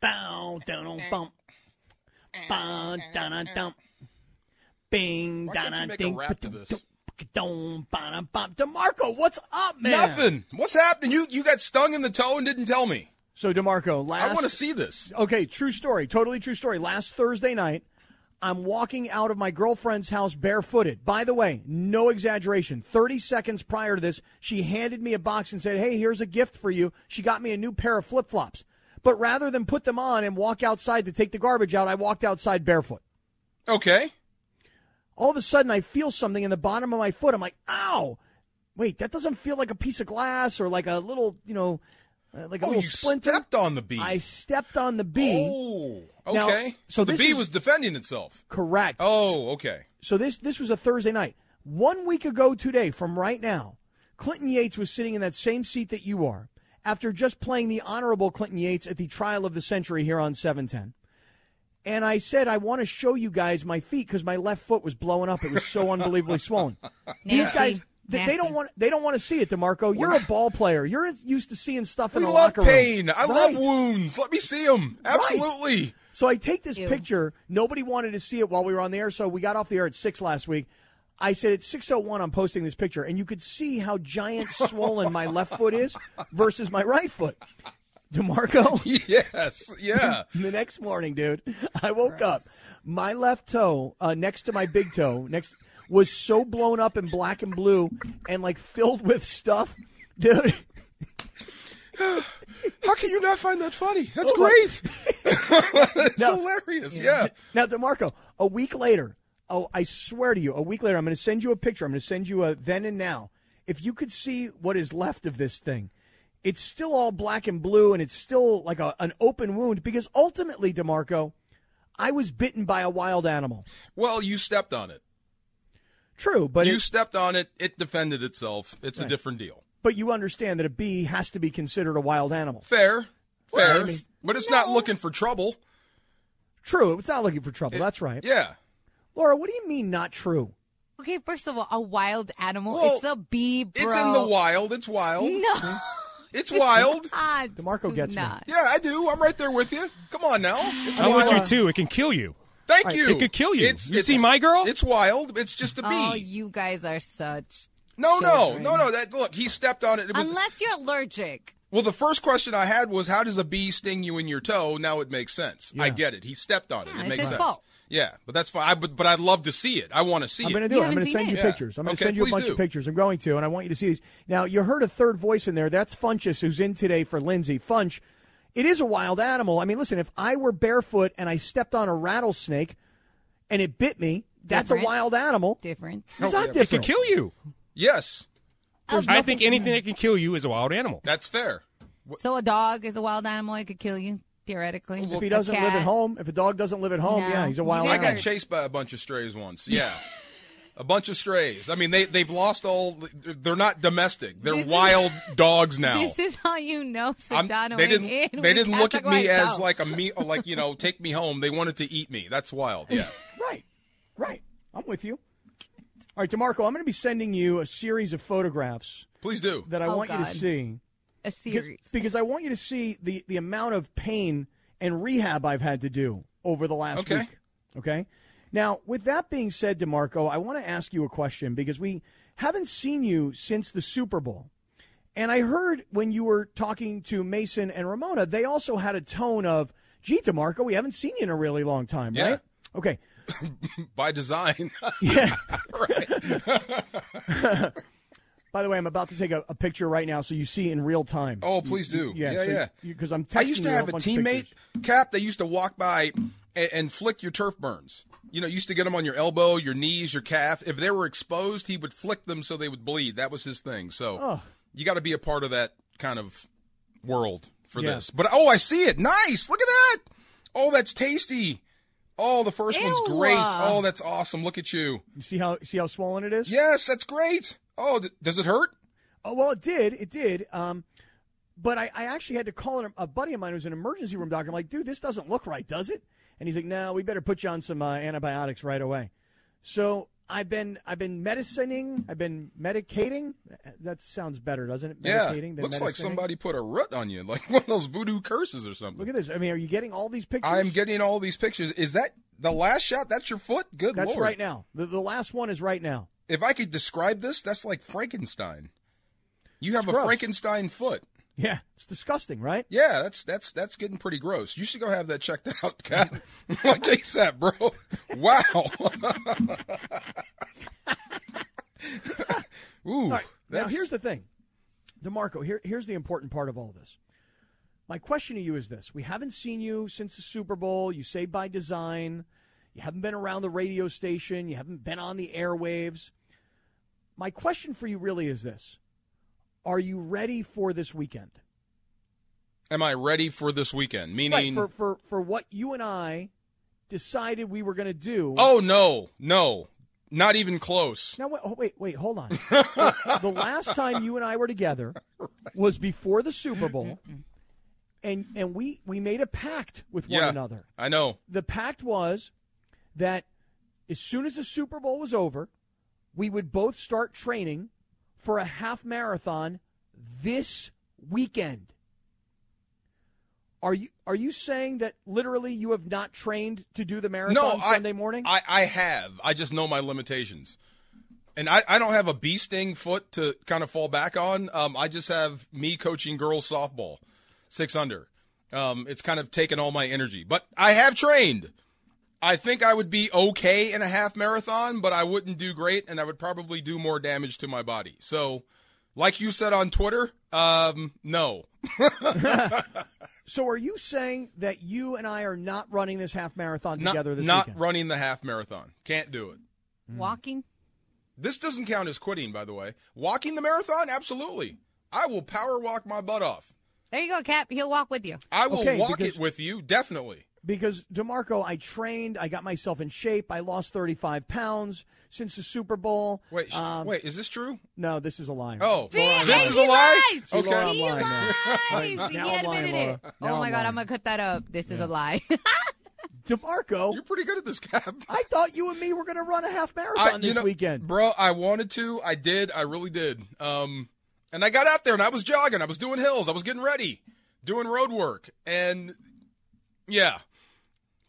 Speaker 5: Bow, down, bump. Bow, down, dump. Bing,
Speaker 2: Why can't you
Speaker 5: down,
Speaker 2: make a
Speaker 5: ding.
Speaker 2: rap to this?
Speaker 5: Dong, ba-dum, bum. DeMarco, what's up, man?
Speaker 2: Nothing. What's happening? You you got stung in the toe and didn't tell me.
Speaker 5: So, DeMarco, last.
Speaker 2: I want to see this.
Speaker 5: okay, true story, totally true story. Last Thursday night, I'm walking out of my girlfriend's house barefooted. By the way, no exaggeration. 30 seconds prior to this, she handed me a box and said, Hey, here's a gift for you. She got me a new pair of flip flops. But rather than put them on and walk outside to take the garbage out, I walked outside barefoot.
Speaker 2: Okay.
Speaker 5: All of a sudden, I feel something in the bottom of my foot. I'm like, ow! Wait, that doesn't feel like a piece of glass or like a little, you know, uh, like a
Speaker 2: Oh,
Speaker 5: little
Speaker 2: you
Speaker 5: splinter.
Speaker 2: stepped on the bee.
Speaker 5: I stepped on the bee.
Speaker 2: Oh. Okay.
Speaker 5: Now, so
Speaker 2: so the
Speaker 5: this
Speaker 2: bee
Speaker 5: is-
Speaker 2: was defending itself.
Speaker 5: Correct.
Speaker 2: Oh, okay.
Speaker 5: So this this was a Thursday night. One week ago today, from right now, Clinton Yates was sitting in that same seat that you are after just playing the honorable Clinton Yates at the trial of the century here on 710. And I said, I want to show you guys my feet because my left foot was blowing up. It was so unbelievably swollen. These
Speaker 6: Nasty.
Speaker 5: guys, they, they
Speaker 6: Nasty.
Speaker 5: don't want they don't want to see it, Demarco. You're a ball player. You're used to seeing stuff in
Speaker 2: We
Speaker 5: the
Speaker 2: love
Speaker 5: locker room.
Speaker 2: pain. I love
Speaker 5: Right.
Speaker 2: wounds. Let me see them. Absolutely.
Speaker 5: So I take this
Speaker 6: Ew.
Speaker 5: picture. Nobody wanted to see it while we were on the air, so we got off the air at six last week. I said at six oh one, I'm posting this picture, and you could see how giant swollen my left foot is versus my right foot. Demarco,
Speaker 2: Yes. Yeah.
Speaker 5: the next morning, dude, I woke up. My left toe, uh, next to my big toe, next was so blown up in black and blue and like filled with stuff, dude.
Speaker 2: How can you not find that funny? That's
Speaker 5: Oh, my-
Speaker 2: great. That's
Speaker 5: No.
Speaker 2: hilarious. Yeah.
Speaker 5: Now, DeMarco, a week later, oh, I swear to you, a week later, I'm going to send you a picture. I'm going to send you a then and now. If you could see what is left of this thing, it's still all black and blue, and it's still like a, an open wound because ultimately, DeMarco, I was bitten by a wild animal.
Speaker 2: Well, you stepped on it.
Speaker 5: True, but
Speaker 2: you
Speaker 5: it-
Speaker 2: stepped on it. It defended itself. It's a different deal.
Speaker 5: but you understand that a bee has to be considered a wild animal.
Speaker 2: Fair, fair.
Speaker 5: I mean-
Speaker 2: but it's not looking for trouble.
Speaker 5: True, it's not looking for trouble. That's right.
Speaker 2: Yeah.
Speaker 5: Laura, what do you mean not true?
Speaker 6: Okay, first of all, a wild animal.
Speaker 2: Well,
Speaker 6: it's a bee, bro.
Speaker 2: It's in the wild. It's wild.
Speaker 6: No.
Speaker 2: It's wild.
Speaker 6: God,
Speaker 5: DeMarco
Speaker 6: do
Speaker 5: gets me.
Speaker 6: not.
Speaker 2: Yeah, I do. I'm right there with you. Come on now. It's
Speaker 8: I'm
Speaker 2: wild.
Speaker 8: with you too. It can kill you.
Speaker 2: Thank you.
Speaker 8: It could kill you. You see my girl?
Speaker 2: It's wild. It's just a bee.
Speaker 6: Oh, you guys are such.
Speaker 2: no, no,
Speaker 6: children.
Speaker 2: no, no. That look. He stepped on it. it was,
Speaker 6: Unless you're allergic.
Speaker 2: well, the first question I had was, "How does a bee sting you in your toe?" Now it makes sense. I get it. He stepped on it.
Speaker 6: Yeah,
Speaker 2: it
Speaker 6: it's
Speaker 2: makes
Speaker 6: his
Speaker 2: sense.
Speaker 6: fault.
Speaker 2: Yeah, but that's fine. I, but, but I'd love to see it. I want to see
Speaker 5: I'm
Speaker 2: it.
Speaker 5: going to
Speaker 6: You
Speaker 5: do it. I'm
Speaker 6: haven't
Speaker 5: going to
Speaker 6: seen
Speaker 5: send
Speaker 6: it?
Speaker 5: you
Speaker 2: Yeah.
Speaker 5: pictures. I'm going to
Speaker 2: Okay,
Speaker 5: send you a
Speaker 2: please
Speaker 5: bunch
Speaker 2: do.
Speaker 5: of pictures. I'm going to, and I want you to see these. Now, you heard a third voice in there. That's Funchess, who's in today for Lindsay. Funch, it is a wild animal. I mean, listen, if I were barefoot and I stepped on a rattlesnake and it bit me, that's a
Speaker 6: Different.
Speaker 5: wild animal.
Speaker 6: Different.
Speaker 2: Oh,
Speaker 5: It's not
Speaker 8: It can
Speaker 5: different.
Speaker 8: kill you.
Speaker 2: yes,
Speaker 8: I think anything that can kill you is a wild animal.
Speaker 2: that's fair.
Speaker 6: So a dog is a wild animal. It could kill you, theoretically.
Speaker 5: If he doesn't live at home, if a dog doesn't live at home,
Speaker 6: No.
Speaker 5: Oh, yeah, he's a
Speaker 6: You
Speaker 5: wild
Speaker 6: guys
Speaker 2: I
Speaker 5: animal.
Speaker 2: got chased by a bunch of strays once. Yeah. A bunch of strays. I mean, they they've lost all. They're not domestic. They're
Speaker 6: This is-
Speaker 2: wild dogs now.
Speaker 6: This is how you know
Speaker 2: I'm-
Speaker 6: Sedona
Speaker 2: they
Speaker 6: went
Speaker 2: didn't.
Speaker 6: in.
Speaker 2: they
Speaker 6: with
Speaker 2: didn't look at me
Speaker 6: Catholic
Speaker 2: as
Speaker 6: dog.
Speaker 2: like a me, or like you know, take me home. They wanted to eat me. That's wild. Yeah.
Speaker 5: Right, right. I'm with you. All right, DeMarco, I'm going to be sending you a series of photographs
Speaker 2: Please do.
Speaker 5: that I
Speaker 6: Oh,
Speaker 5: want you
Speaker 6: God.
Speaker 5: to see.
Speaker 6: a series.
Speaker 5: because I want you to see the the amount of pain and rehab I've had to do over the last
Speaker 2: Okay.
Speaker 5: week. Okay. Now, with that being said, DeMarco, I want to ask you a question because we haven't seen you since the Super Bowl. And I heard when you were talking to Mason and Ramona, they also had a tone of, gee, DeMarco, we haven't seen you in a really long time,
Speaker 2: Yeah.
Speaker 5: right? Okay.
Speaker 2: By design.
Speaker 5: Yeah.
Speaker 2: right.
Speaker 5: By the way, I'm about to take a, a picture right now so you see in real time.
Speaker 2: Oh, please do. Yeah, yeah.
Speaker 5: Because I'm texting
Speaker 2: I used to
Speaker 5: you a
Speaker 2: have a
Speaker 5: bunch of
Speaker 2: teammate
Speaker 5: pictures.
Speaker 2: cap that used to walk by and, and flick your turf burns. You know, you used to get them on your elbow, your knees, your calf. If they were exposed, he would flick them so they would bleed. That was his thing. So
Speaker 5: Oh.
Speaker 2: you got to be a part of that kind of world for
Speaker 5: Yeah.
Speaker 2: this. But oh, I see it. Nice. Look at that. Oh, that's tasty. Oh, the first one's
Speaker 6: Ew. uh.
Speaker 2: great. Oh, that's awesome. Look at you.
Speaker 5: You see how see how swollen it is?
Speaker 2: Yes, that's great. Oh, d- does it hurt?
Speaker 5: Oh well, it did. It did. Um, but I, I actually had to call in a, a buddy of mine who's an emergency room doctor. I'm like, dude, this doesn't look right, does it? And he's like, no, we better put you on some uh, antibiotics right away. So I've been I've been medicining. I've been medicating. That sounds better, doesn't it?
Speaker 2: Yeah.
Speaker 5: Medicating than
Speaker 2: Looks like
Speaker 5: medicining?
Speaker 2: somebody put a root on you, like one of those voodoo curses or something.
Speaker 5: Look at this. I mean, are you getting all these pictures?
Speaker 2: I'm getting all these pictures. Is that the last shot? That's your foot? Good
Speaker 5: That's
Speaker 2: lord.
Speaker 5: right now. The, the last one is right now.
Speaker 2: If I could describe this, that's like Frankenstein. You have
Speaker 5: It's
Speaker 2: a
Speaker 5: gross.
Speaker 2: Frankenstein foot.
Speaker 5: Yeah, it's disgusting, right?
Speaker 2: Yeah, that's that's that's getting pretty gross. You should go have that checked out, Cat. like ASAP, bro. Wow. Ooh.
Speaker 5: All right. Now,
Speaker 2: that's,
Speaker 5: here's the thing, DeMarco. Here, here's the important part of all this. My question to you is this: We haven't seen you since the Super Bowl. You say by design. You haven't been around the radio station. You haven't been on the airwaves. My question for you really is this: Are you ready for this weekend?
Speaker 2: Am I ready for this weekend? Meaning
Speaker 5: right, for for for what you and I decided we were going to do.
Speaker 2: Oh no, no. Not even close.
Speaker 5: Now wait, oh, wait, wait, hold on. the the last time you and I were together was before the Super Bowl, and and we we made a pact with one
Speaker 2: yeah.
Speaker 5: another.
Speaker 2: I know.
Speaker 5: The pact was that as soon as the Super Bowl was over, we would both start training for a half marathon this weekend. Are you are you saying that literally you have not trained to do the marathon
Speaker 2: I-
Speaker 5: Sunday morning?
Speaker 2: I, I have. I just know my limitations. And I, I don't have a bee sting foot to kind of fall back on. Um, I just have me coaching girls softball, six under. Um, it's kind of taken all my energy. But I have trained. I think I would be okay in a half marathon, but I wouldn't do great, and I would probably do more damage to my body. So, like you said on Twitter, um, no.
Speaker 5: So are you saying that you and I are not running this half marathon
Speaker 2: Not,
Speaker 5: together this
Speaker 2: not
Speaker 5: weekend? Mm-hmm.
Speaker 2: running the half marathon. Can't do it.
Speaker 6: Walking.
Speaker 2: This doesn't count as quitting, by the way. Walking the marathon, absolutely. I will power walk my butt off.
Speaker 6: There you go, Cap. He'll walk with you.
Speaker 2: I will
Speaker 5: Okay,
Speaker 2: walk
Speaker 5: because-
Speaker 2: it with you, definitely.
Speaker 5: because DeMarco, I trained, I got myself in shape, I lost 35 pounds since the Super Bowl.
Speaker 2: Wait, sh
Speaker 5: Um,
Speaker 2: wait, is this true?
Speaker 5: No, this is a lie.
Speaker 2: Oh,
Speaker 6: See,
Speaker 2: Laura,
Speaker 6: hey,
Speaker 2: this is a
Speaker 6: he
Speaker 2: lie.
Speaker 6: lies.
Speaker 5: See, Laura,
Speaker 2: Okay,
Speaker 5: I'm
Speaker 6: He
Speaker 5: lying now.
Speaker 6: lies.
Speaker 5: Right,
Speaker 6: he
Speaker 5: now I'm lying,
Speaker 6: admitted it.
Speaker 5: Laura. Now
Speaker 6: Oh my
Speaker 5: I'm
Speaker 6: god,
Speaker 5: lying.
Speaker 6: I'm gonna cut that up. This is a lie.
Speaker 5: DeMarco,
Speaker 2: you're pretty good at this, Cap.
Speaker 5: I thought you and me were going to run a half marathon
Speaker 2: you
Speaker 5: this
Speaker 2: know,
Speaker 5: weekend.
Speaker 2: bro. I wanted to. I did. I really did. Um, and I got out there and I was jogging. I was doing hills. I was getting ready, doing road work, and yeah,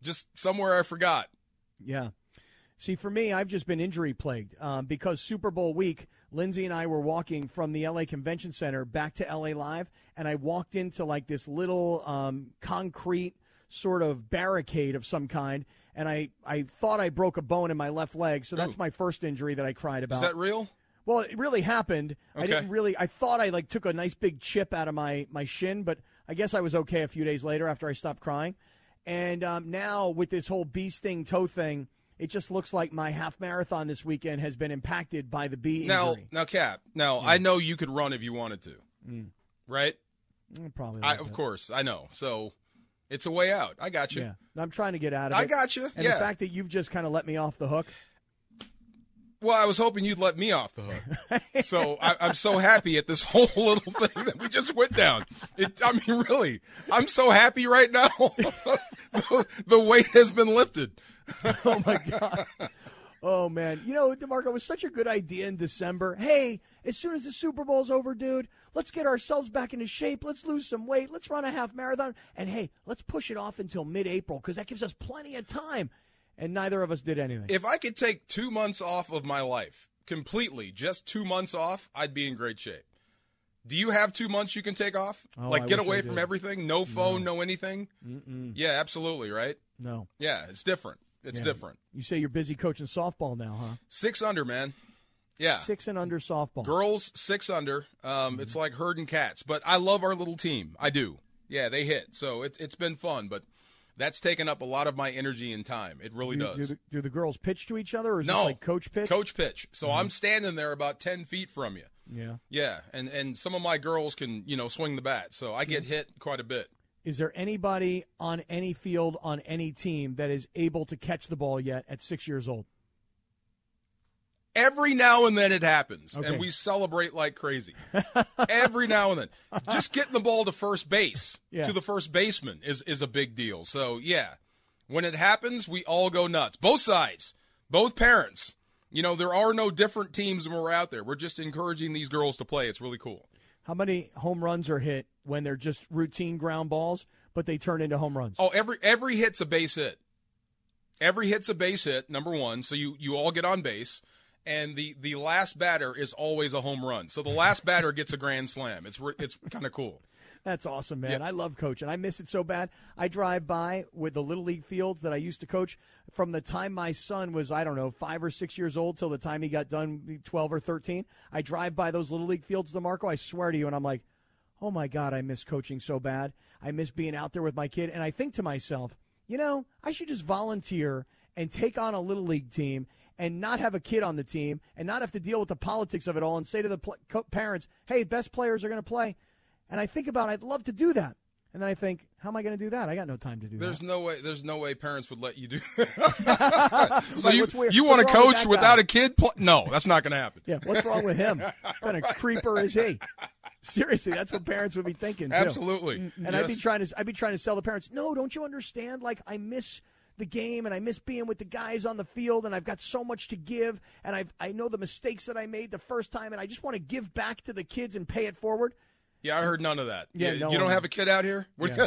Speaker 2: just somewhere I forgot.
Speaker 5: Yeah. See, for me, I've just been injury plagued um, because Super Bowl week, Lindsay and I were walking from the LA Convention Center back to LA Live, and I walked into like this little um, concrete sort of barricade of some kind, and I, I thought I broke a bone in my left leg. So that's my first injury that I cried about.
Speaker 2: Is that real?
Speaker 5: Well, it really happened. I
Speaker 2: Okay.
Speaker 5: didn't really. I thought I like took a nice big chip out of my my shin, but I guess I was okay a few days later after I stopped crying. And um, now with this whole bee sting toe thing, it just looks like my half marathon this weekend has been impacted by the bee
Speaker 2: Now,
Speaker 5: injury.
Speaker 2: now, Cap. Now, I know you could run if you wanted to, right?
Speaker 5: Mm, Probably.
Speaker 2: I,
Speaker 5: like
Speaker 2: of
Speaker 5: that.
Speaker 2: course, I know. So, it's a way out. I got you.
Speaker 5: Yeah. I'm trying to get out of
Speaker 2: I
Speaker 5: it.
Speaker 2: got you.
Speaker 5: And
Speaker 2: yeah.
Speaker 5: the fact that you've just kind of let me off the hook.
Speaker 2: Well, I was hoping you'd let me off the hook. so I, I'm so happy at this whole little thing that we just went down. It, I mean, really, I'm so happy right now. the, the weight has been lifted.
Speaker 5: Oh man, you know Demarco it was such a good idea in December. Hey, as soon as the Super Bowl's over, dude, let's get ourselves back into shape. Let's lose some weight. Let's run a half marathon, and hey, let's push it off until mid-April because that gives us plenty of time. And neither of us did anything.
Speaker 2: If I could take two months off of my life completely, just two months off, I'd be in great shape. Do you have two months you can take off?
Speaker 5: Oh,
Speaker 2: like
Speaker 5: I
Speaker 2: get
Speaker 5: wish I
Speaker 2: away from
Speaker 5: did.
Speaker 2: everything, no phone, no, anything? Yeah, absolutely, right?
Speaker 5: no,
Speaker 2: Yeah, it's different. It's
Speaker 5: Yeah.
Speaker 2: different.
Speaker 5: you say you're busy coaching softball now, huh?
Speaker 2: Six under, man. Yeah.
Speaker 5: Six and under softball. Mm-hmm.
Speaker 2: Girls six under. Um, it's like herding cats, but I love our little team. I do. Yeah, they hit. So it's it's been fun, but that's taken up a lot of my energy and time. It really
Speaker 5: do,
Speaker 2: does.
Speaker 5: Do, the, do the girls pitch to each other, or is
Speaker 2: no,
Speaker 5: this like coach pitch?
Speaker 2: Coach pitch. So I'm standing there about ten feet from you.
Speaker 5: Mm-hmm. Yeah.
Speaker 2: Yeah, and and some of my girls can you know swing the bat, so I get hit quite a bit.
Speaker 5: Is there anybody on any field on any team that is able to catch the ball yet at six years old?
Speaker 2: Every now and then it happens,
Speaker 5: Okay.
Speaker 2: and we celebrate like crazy. Every now and then, just getting the ball to first base
Speaker 5: Yeah.
Speaker 2: to the first baseman is is a big deal. So yeah, when it happens, we all go nuts. Both sides, both parents. You know, there are no different teams when we're out there. We're just encouraging these girls to play. It's really cool.
Speaker 5: How many home runs are hit when they're just routine ground balls, but they turn into home runs?
Speaker 2: Oh, every every hit's a base hit. Every hit's a base hit. Number one, so you you all get on base, and the the last batter is always a home run. So the last batter gets a grand slam. It's re- it's kind of cool.
Speaker 5: That's awesome, man.
Speaker 2: Yeah.
Speaker 5: I love coaching. I miss it so bad. I drive by with the little league fields that I used to coach from the time my son was, I don't know, five or six years old till the time he got done 12 or 13. I drive by those little league fields, DeMarco. I swear to you. And I'm like, oh my God, I miss coaching so bad. I miss being out there with my kid. And I think to myself, you know, I should just volunteer and take on a little league team and not have a kid on the team and not have to deal with the politics of it all and say to the pl- co- parents, hey, best players are going to play. And I think about, I'd love to do that. And then I think, how am I going to do that? I got no time to do
Speaker 2: There's
Speaker 5: that.
Speaker 2: no way. There's no way parents would let you do. so
Speaker 5: Like,
Speaker 2: you
Speaker 5: what's weird-
Speaker 2: you want to
Speaker 5: what's wrong with
Speaker 2: coach
Speaker 5: that
Speaker 2: without
Speaker 5: guy?
Speaker 2: a kid? Pl- no, that's not going to happen.
Speaker 5: Yeah, what's wrong with him? what kind of creeper is he? Seriously, that's what parents would be thinking. too.
Speaker 2: Absolutely.
Speaker 5: And I'd be
Speaker 2: Yes.
Speaker 5: trying to I'd be trying to sell the parents. No, don't you understand? Like I miss the game and I miss being with the guys on the field and I've got so much to give and I've I know the mistakes that I made the first time and I just want to give back to the kids and pay it forward.
Speaker 2: Yeah, I heard none of that.
Speaker 5: Yeah, no
Speaker 2: you don't
Speaker 5: one-
Speaker 2: have a kid out here. What-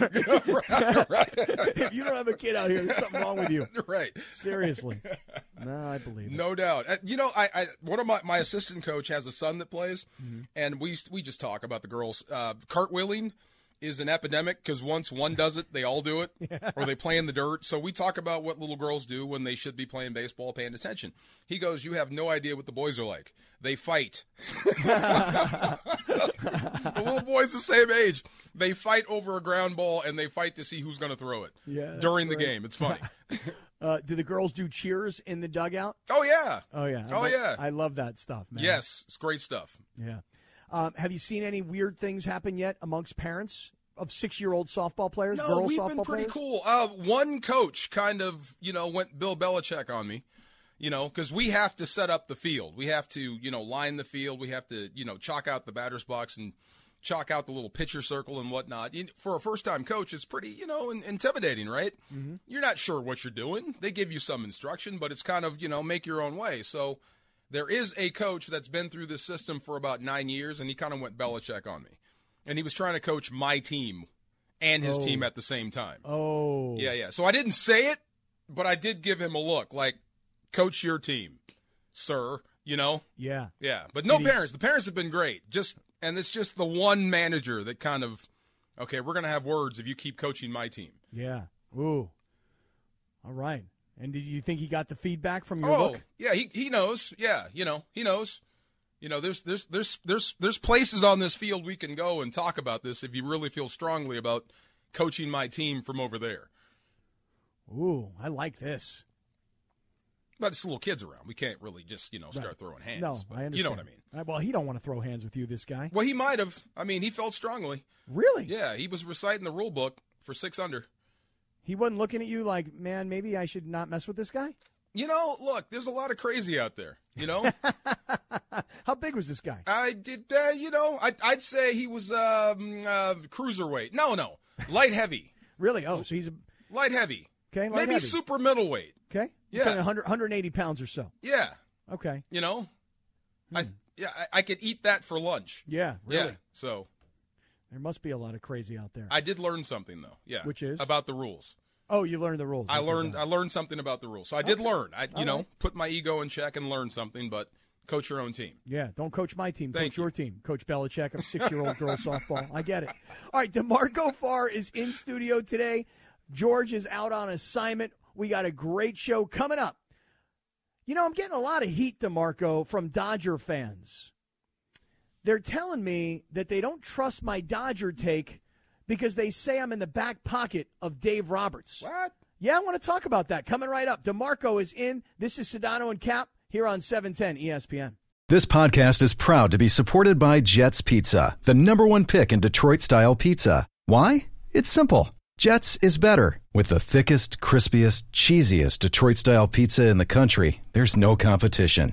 Speaker 2: right, right,
Speaker 5: if you don't have a kid out here, there's something wrong with you.
Speaker 2: right.
Speaker 5: Seriously. No, I believe it.
Speaker 2: No doubt. Uh, You know, I, I one of my, my assistant coach has a son that plays,
Speaker 5: Mm-hmm.
Speaker 2: and we we just talk about the girls. Uh, cartwheeling is an epidemic because once one does it, they all do it, or they play in the dirt. So we talk about what little girls do when they should be playing baseball, paying attention. He goes, "You have no idea what the boys are like. They fight. the little boys the same age. They fight over a ground ball and they fight to see who's going to throw it
Speaker 5: Yeah, that's
Speaker 2: during the
Speaker 5: great.
Speaker 2: game. It's funny.
Speaker 5: Uh, do the girls do cheers in the dugout?
Speaker 2: oh yeah,
Speaker 5: Oh yeah. I
Speaker 2: Oh,
Speaker 5: love-
Speaker 2: yeah.
Speaker 5: I love that stuff, man.
Speaker 2: yes, it's great stuff.
Speaker 5: Yeah. Um, have you seen any weird things happen yet amongst parents of six-year-old softball players? girl
Speaker 2: we've
Speaker 5: softball
Speaker 2: been pretty
Speaker 5: players?
Speaker 2: cool. Uh, one coach kind of, you know, went Bill Belichick on me, you know, because we have to set up the field. We have to, you know, line the field. We have to, you know, chalk out the batter's box and chalk out the little pitcher circle and whatnot. You- For a first time coach, it's pretty, you know, in- intimidating, right?
Speaker 5: Mm-hmm.
Speaker 2: You're not sure what you're doing. They give you some instruction, but it's kind of, you know, make your own way. So there is a coach that's been through this system for about nine years, and he kind of went Belichick on me. And he was trying to coach my team and his team at the same time.
Speaker 5: Oh,
Speaker 2: Yeah, yeah. So I didn't say it, but I did give him a look, like, coach your team, sir. You know?
Speaker 5: yeah.
Speaker 2: Yeah. But no parents. The parents have been great. Just and it's just the one manager that kind of okay, we're gonna have words if you keep coaching my team.
Speaker 5: Yeah. Ooh. All right. And did you think he got the feedback from your
Speaker 2: oh
Speaker 5: look?
Speaker 2: yeah, he he knows. Yeah, you know, he knows. You know, there's there's there's there's there's places on this field we can go and talk about this if you really feel strongly about coaching my team from over there.
Speaker 5: Ooh, I like this.
Speaker 2: But it's little kids around. We can't really just, you know, start
Speaker 5: Right.
Speaker 2: throwing hands.
Speaker 5: no,
Speaker 2: But
Speaker 5: I understand.
Speaker 2: You know what I mean.
Speaker 5: Uh, well, he don't want to throw hands with you, this guy.
Speaker 2: Well, he might have. I mean, he felt strongly.
Speaker 5: Really?
Speaker 2: Yeah, he was reciting the rule book for six under.
Speaker 5: He wasn't looking at you like, man, maybe I should not mess with this guy.
Speaker 2: You know, look, there's a lot of crazy out there. You know,
Speaker 5: How big was this guy?
Speaker 2: I did. Uh, you know, I, I'd say he was um, uh, cruiserweight. No, no, light heavy,
Speaker 5: Really? Oh, so he's a,
Speaker 2: light heavy.
Speaker 5: Okay, light
Speaker 2: maybe
Speaker 5: heavy.
Speaker 2: super middleweight.
Speaker 5: okay.
Speaker 2: Yeah.
Speaker 5: 100, 180 pounds or so.
Speaker 2: Yeah,
Speaker 5: Okay.
Speaker 2: you know, I yeah, I, I could eat that for lunch.
Speaker 5: Hmm. Yeah. Really.
Speaker 2: Yeah, so
Speaker 5: There must be a lot of crazy out there.
Speaker 2: I did learn something though. Yeah,
Speaker 5: Which is?
Speaker 2: about the rules.
Speaker 5: oh, you learned the rules.
Speaker 2: I
Speaker 5: Okay,
Speaker 2: learned
Speaker 5: then.
Speaker 2: I learned something about the rules. So I did learn. I you
Speaker 5: All
Speaker 2: know
Speaker 5: right.
Speaker 2: put my ego in check and learn something. But coach your own team.
Speaker 5: Yeah, don't coach my team.
Speaker 2: Thank
Speaker 5: coach
Speaker 2: you.
Speaker 5: your team. Coach Belichick of six-year-old girls softball. I get it. All right, Demarco Farr is in studio today. George is out on assignment. We got a great show coming up. You know, I'm getting a lot of heat, Demarco, from Dodger fans. They're telling me that they don't trust my Dodger take because they say I'm in the back pocket of Dave Roberts.
Speaker 2: What?
Speaker 5: Yeah, I want to talk about that. Coming right up. DeMarco is in. This is Sedano and Cap here on E 710 ESPN.
Speaker 9: This podcast is proud to be supported by Jets Pizza, the number one pick in Detroit style pizza. Why? It's simple. Jets is better. With the thickest, crispiest, cheesiest Detroit style pizza in the country, there's no competition.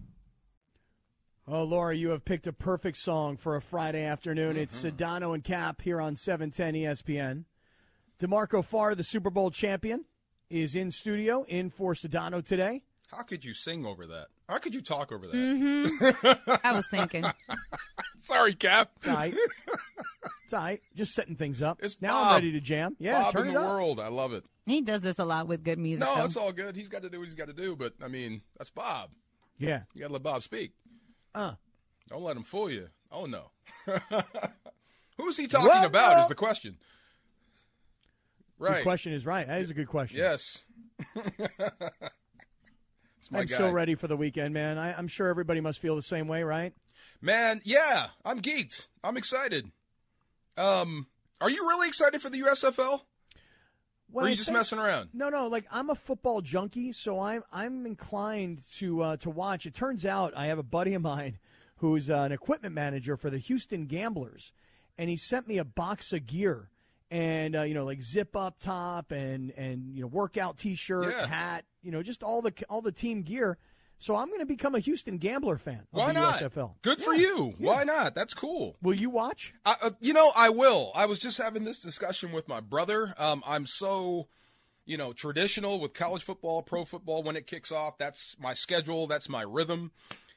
Speaker 5: Oh, Laura, you have picked a perfect song for a Friday afternoon. It's
Speaker 2: Mm-hmm.
Speaker 5: Sedano and Cap here on E 710 ESPN. DeMarco Farr, the Super Bowl champion, is in studio in for Sedano today.
Speaker 2: How could you sing over that? How could you talk over that?
Speaker 5: Mm-hmm.
Speaker 6: Mm-hmm. I was thinking.
Speaker 2: Sorry, Cap.
Speaker 5: It's all right. it's all right. Just setting things up.
Speaker 2: It's
Speaker 5: now I'm
Speaker 2: Bob.
Speaker 5: ready to jam. Yeah,
Speaker 2: Bob
Speaker 5: turn
Speaker 2: in
Speaker 5: it
Speaker 2: the
Speaker 5: up.
Speaker 2: world. I love it.
Speaker 6: He does this a lot with good music.
Speaker 2: No,
Speaker 6: though.
Speaker 2: it's all good. He's got to do what he's got to do. But I mean, that's Bob.
Speaker 5: Yeah.
Speaker 2: You got to let Bob speak.
Speaker 5: Uh.
Speaker 2: Don't let him fool you. Oh no. Who's he talking
Speaker 5: Well,
Speaker 2: about?
Speaker 5: no.
Speaker 2: Is the question. Right.
Speaker 5: Good question is right. That is a good question.
Speaker 2: Yes. it's my
Speaker 5: I'm
Speaker 2: guy.
Speaker 5: so ready for the weekend, man. I, I'm sure everybody must feel the same way, right?
Speaker 2: Man, yeah, I'm geeked. I'm excited. Um, are you really excited for the USFL?
Speaker 5: When
Speaker 2: or are
Speaker 5: I
Speaker 2: you just
Speaker 5: say-
Speaker 2: messing around?
Speaker 5: No, no. Like I'm a football junkie, so I'm I'm inclined to uh, to watch. It turns out I have a buddy of mine who's uh, an equipment manager for the Houston Gamblers, and he sent me a box of gear and uh, you know like zip up top and and you know workout T-shirt,
Speaker 2: Yeah.
Speaker 5: hat, you know just all the all the team gear. So I'm going to become a Houston Gambler fan. of
Speaker 2: Why
Speaker 5: Oh, the
Speaker 2: not?
Speaker 5: USFL.
Speaker 2: Good for
Speaker 5: Yeah.
Speaker 2: you. Why not? That's cool.
Speaker 5: Will you watch?
Speaker 2: I, uh, you know, I will. I was just having this discussion with my brother. Um, I'm so you know, traditional with college football, pro football when it kicks off. That's my schedule. That's my rhythm.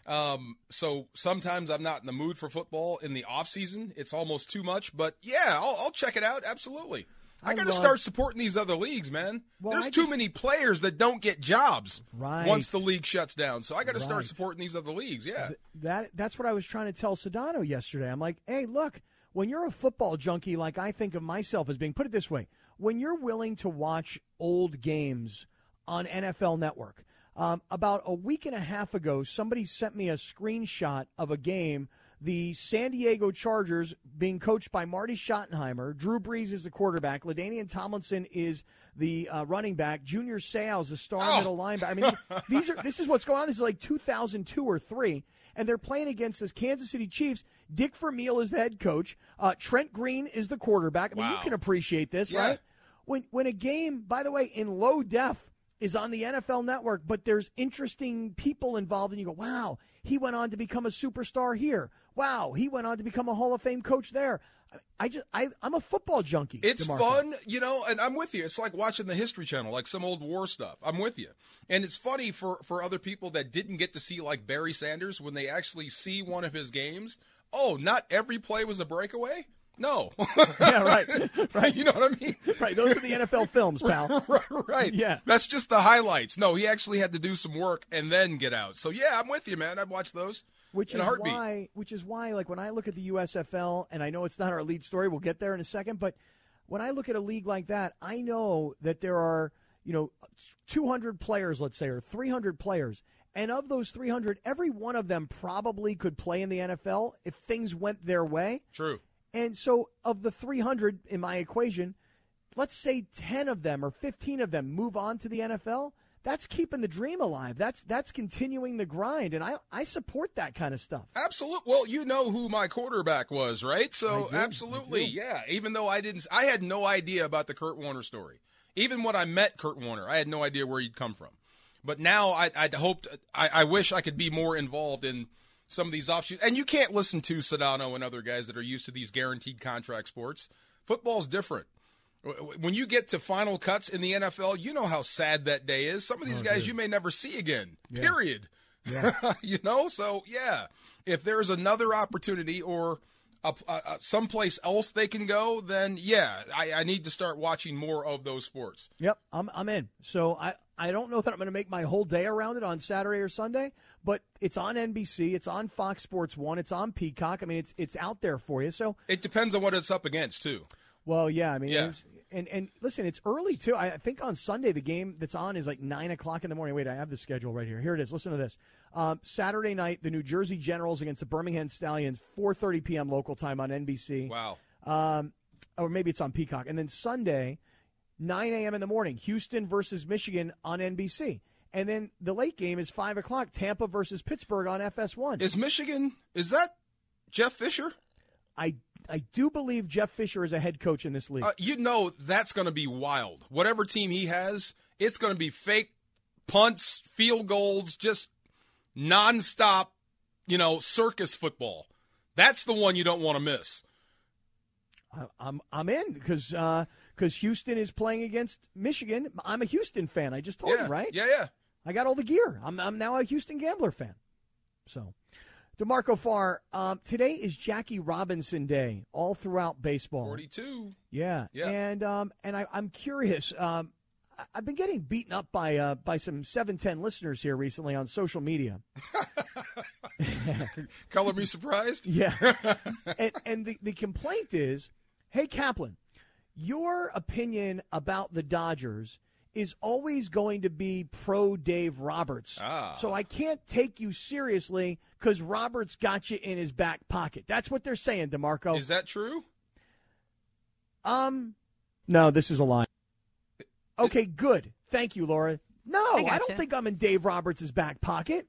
Speaker 2: Um, so sometimes I'm not in the mood for football in the off season. It's almost too much, but yeah, I'll, I'll check it out. Absolutely. I,
Speaker 5: I
Speaker 2: got to
Speaker 5: love-
Speaker 2: start supporting these other leagues, man.
Speaker 5: Well,
Speaker 2: There's
Speaker 5: I
Speaker 2: too
Speaker 5: just-
Speaker 2: many players that don't get jobs
Speaker 5: Right.
Speaker 2: once the league shuts down. So I got to start
Speaker 5: Right.
Speaker 2: supporting these other leagues. Yeah.
Speaker 5: That that's what I was trying to tell Sedano yesterday. I'm like, hey, look, when you're a football junkie, like I think of myself as being, put it this way, when you're willing to watch old games on NFL Network. Um, about a week and a half ago, somebody sent me a screenshot of a game. The San Diego Chargers, being coached by Marty Schottenheimer, Drew Brees is the quarterback, Ladainian Tomlinson is the uh, running back, Junior Seau's the star middle linebacker. I mean, these are this is what's going on. This is like 2002 or three, and they're playing against this Kansas City Chiefs. Dick Vermeil is the head coach. Uh, Trent Green is the quarterback. I mean, you
Speaker 2: Wow.
Speaker 5: can appreciate this,
Speaker 2: Yeah.
Speaker 5: right? When when a game, by the way, in low def is on the NFL Network, but there's interesting people involved, and you go, "Wow, he went on to become a superstar here. Wow, he went on to become a Hall of Fame coach there." I, I just I I'm a football junkie.
Speaker 2: It's
Speaker 5: DeMarco.
Speaker 2: fun, you know, and I'm with you. It's like watching the History Channel, like some old war stuff. I'm with you. And it's funny for, for other people that didn't get to see, like Barry Sanders, when they actually see one of his games. Oh, not every play was a breakaway? No.
Speaker 5: Yeah, right, right.
Speaker 2: you know what I mean?
Speaker 5: Right, those are the NFL films, pal.
Speaker 2: right.
Speaker 5: Yeah.
Speaker 2: That's just the highlights. No, he actually had to do some work and then get out. So, yeah, I'm with you, man. I've watched those
Speaker 5: Which
Speaker 2: in
Speaker 5: is
Speaker 2: a heartbeat.
Speaker 5: why, which is why, like when I look at the USFL, and I know it's not our lead story, we'll get there in a second, but when I look at a league like that, I know that there are, you know, 200 players, let's say, or 300 players, and of those 300, every one of them probably could play in the NFL if things went their way.
Speaker 2: True.
Speaker 5: And so, of the 300 in my equation, let's say 10 of them or 15 of them move on to the NFL. That's keeping the dream alive. That's that's continuing the grind, and I I support that kind of stuff.
Speaker 2: Absolute. Well, you know who my quarterback was, right? So
Speaker 5: I do, I
Speaker 2: absolutely,
Speaker 5: do.
Speaker 2: yeah. Even though I didn't, I had no idea about the Kurt Warner story. Even when I met Kurt Warner, I had no idea where he'd come from. But now I, I'd hoped, I, I wish I could be more involved in some of these offshoots. And you can't listen to Sedano and other guys that are used to these guaranteed contract sports. Football's different. W- When you get to final cuts in the NFL, you know how sad that day is. Some of these guys you may never see again. Period. you know, so yeah, if there's another opportunity or a, a, a- someplace else they can go, then yeah, I, I need to start watching more of those sports.
Speaker 5: Yep, I'm I'm in. So I I don't know that I'm going to make my whole day around it on Saturday or Sunday, but it's on NBC, it's on Fox Sports One, it's on Peacock. I mean, it's it's out there for you. So
Speaker 2: It depends on what it's up against too.
Speaker 5: Well, yeah, I mean,
Speaker 2: Yeah.
Speaker 5: it's- and and listen, it's early too. I I think on Sunday the game that's on is like nine o'clock in the morning. Wait, I have the schedule right here. Here it is. Listen to this. Um, Saturday night, the New Jersey Generals against the Birmingham Stallions, four thirty p.m. local time on NBC.
Speaker 2: Wow.
Speaker 5: Um, or maybe it's on Peacock. And then Sunday, 9 a.m. in the morning, Houston versus Michigan on NBC. And then the late game is 5 o'clock, Tampa versus Pittsburgh on FS1.
Speaker 2: Is Michigan is that Jeff Fisher?
Speaker 5: I, I do believe Jeff Fisher is a head coach in this league.
Speaker 2: Uh, you know that's going to be wild. Whatever team he has, it's going to be fake punts, field goals, just nonstop, you know, circus football. That's the one you don't want to miss.
Speaker 5: I- I'm I'm in because because Houston is playing against Michigan. I'm a Houston fan. I just told
Speaker 2: yeah.
Speaker 5: you, right?
Speaker 2: Yeah, yeah.
Speaker 5: I got all the gear. I'm I'm now a Houston Gambler fan. So, Demarco Farr. Um, today is Jackie Robinson Day all throughout baseball.
Speaker 2: 42.
Speaker 5: Yeah.
Speaker 2: Yeah.
Speaker 5: And um, and I, I'm curious. Um, I- I've been getting beaten up by uh, by some 710 listeners here recently on social media.
Speaker 2: Color me surprised.
Speaker 5: Yeah. and and the, the complaint is hey, Kaplan, your opinion about the Dodgers is always going to be pro Dave Roberts.
Speaker 2: Ah.
Speaker 5: So I can't take you seriously because Roberts got you in his back pocket. That's what they're saying, DeMarco.
Speaker 2: Is that true?
Speaker 5: um, no, this is a lie. Okay, good. Thank you, Laura. No,
Speaker 6: I
Speaker 5: I, don't
Speaker 6: gotcha.
Speaker 5: think I'm in Dave Roberts' back pocket.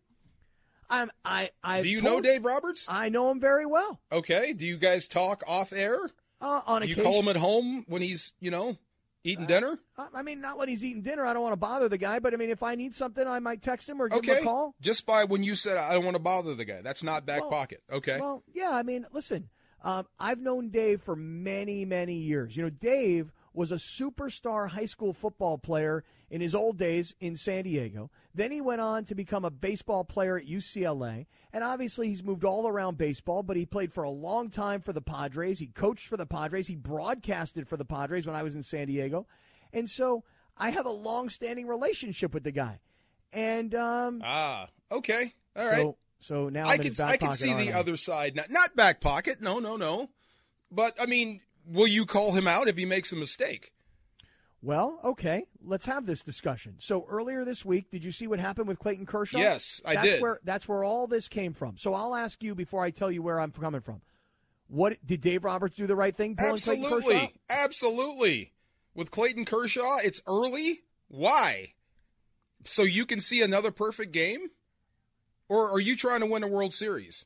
Speaker 5: I'm, I, I
Speaker 2: Do you know Dave Roberts?
Speaker 5: I know him very well.
Speaker 2: Okay. Do you guys talk off air?
Speaker 5: Uh, on
Speaker 2: Do you
Speaker 5: occasion, Uh,
Speaker 2: call him at home when he's, you know, eating dinner?
Speaker 5: I I mean, not when he's eating dinner. I don't want to bother the guy, but I mean, if I need something, I might text him or give
Speaker 2: Okay.
Speaker 5: him a call.
Speaker 2: Just by when you said I don't want to bother the guy. That's not back
Speaker 5: Well-
Speaker 2: pocket. Okay.
Speaker 5: Well, yeah, I mean, listen, um, I've known Dave for many, many years. You know, Dave was a superstar high school football player in his old days in San Diego. Then he went on to become a baseball player at UCLA. And obviously, he's moved all around baseball, but he played for a long time for the Padres. He coached for the Padres. He broadcasted for the Padres when I was in San Diego. And so I have a long standing relationship with the guy. And, um,
Speaker 2: ah, okay. all
Speaker 5: so,
Speaker 2: right.
Speaker 5: So now
Speaker 2: I
Speaker 5: I'm in
Speaker 2: can
Speaker 5: his back
Speaker 2: I can
Speaker 5: pocket,
Speaker 2: see
Speaker 5: aren't
Speaker 2: the
Speaker 5: I?
Speaker 2: other side, not, not back pocket. No, no, no. But I mean, will you call him out if he makes a mistake?
Speaker 5: Well, okay, let's have this discussion. So earlier this week, did you see what happened with Clayton Kershaw?
Speaker 2: Yes, I
Speaker 5: that's
Speaker 2: did.
Speaker 5: Where that's where all this came from. So I'll ask you before I tell you where I'm coming from. What did Dave Roberts do the right thing? pulling Clayton Kershaw?
Speaker 2: Absolutely, absolutely. With Clayton Kershaw, it's early. Why? So you can see another perfect game, or are you trying to win a World Series?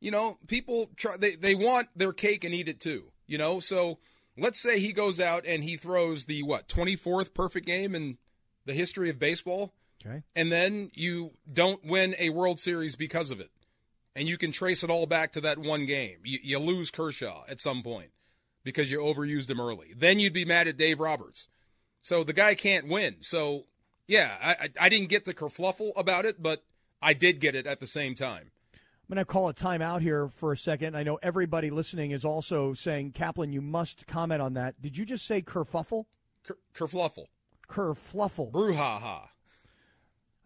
Speaker 2: You know, people try they they want their cake and eat it too. You know, so let's say he goes out and he throws the what twenty fourth perfect game in the history of baseball.
Speaker 5: Okay.
Speaker 2: and then you don't win a World Series because of it. And you can trace it all back to that one game. You, you lose Kershaw at some point because you overused him early. Then you'd be mad at Dave Roberts. So the guy can't win. So, yeah, I, I, I didn't get the kerfluffle about it, but I did get it at the same time.
Speaker 5: I'm going to call a timeout here for a second. I know everybody listening is also saying, Kaplan, you must comment on that. Did you just say kerfuffle?
Speaker 2: Ker, kerfluffle.
Speaker 5: Kerfluffle.
Speaker 2: Brouhaha.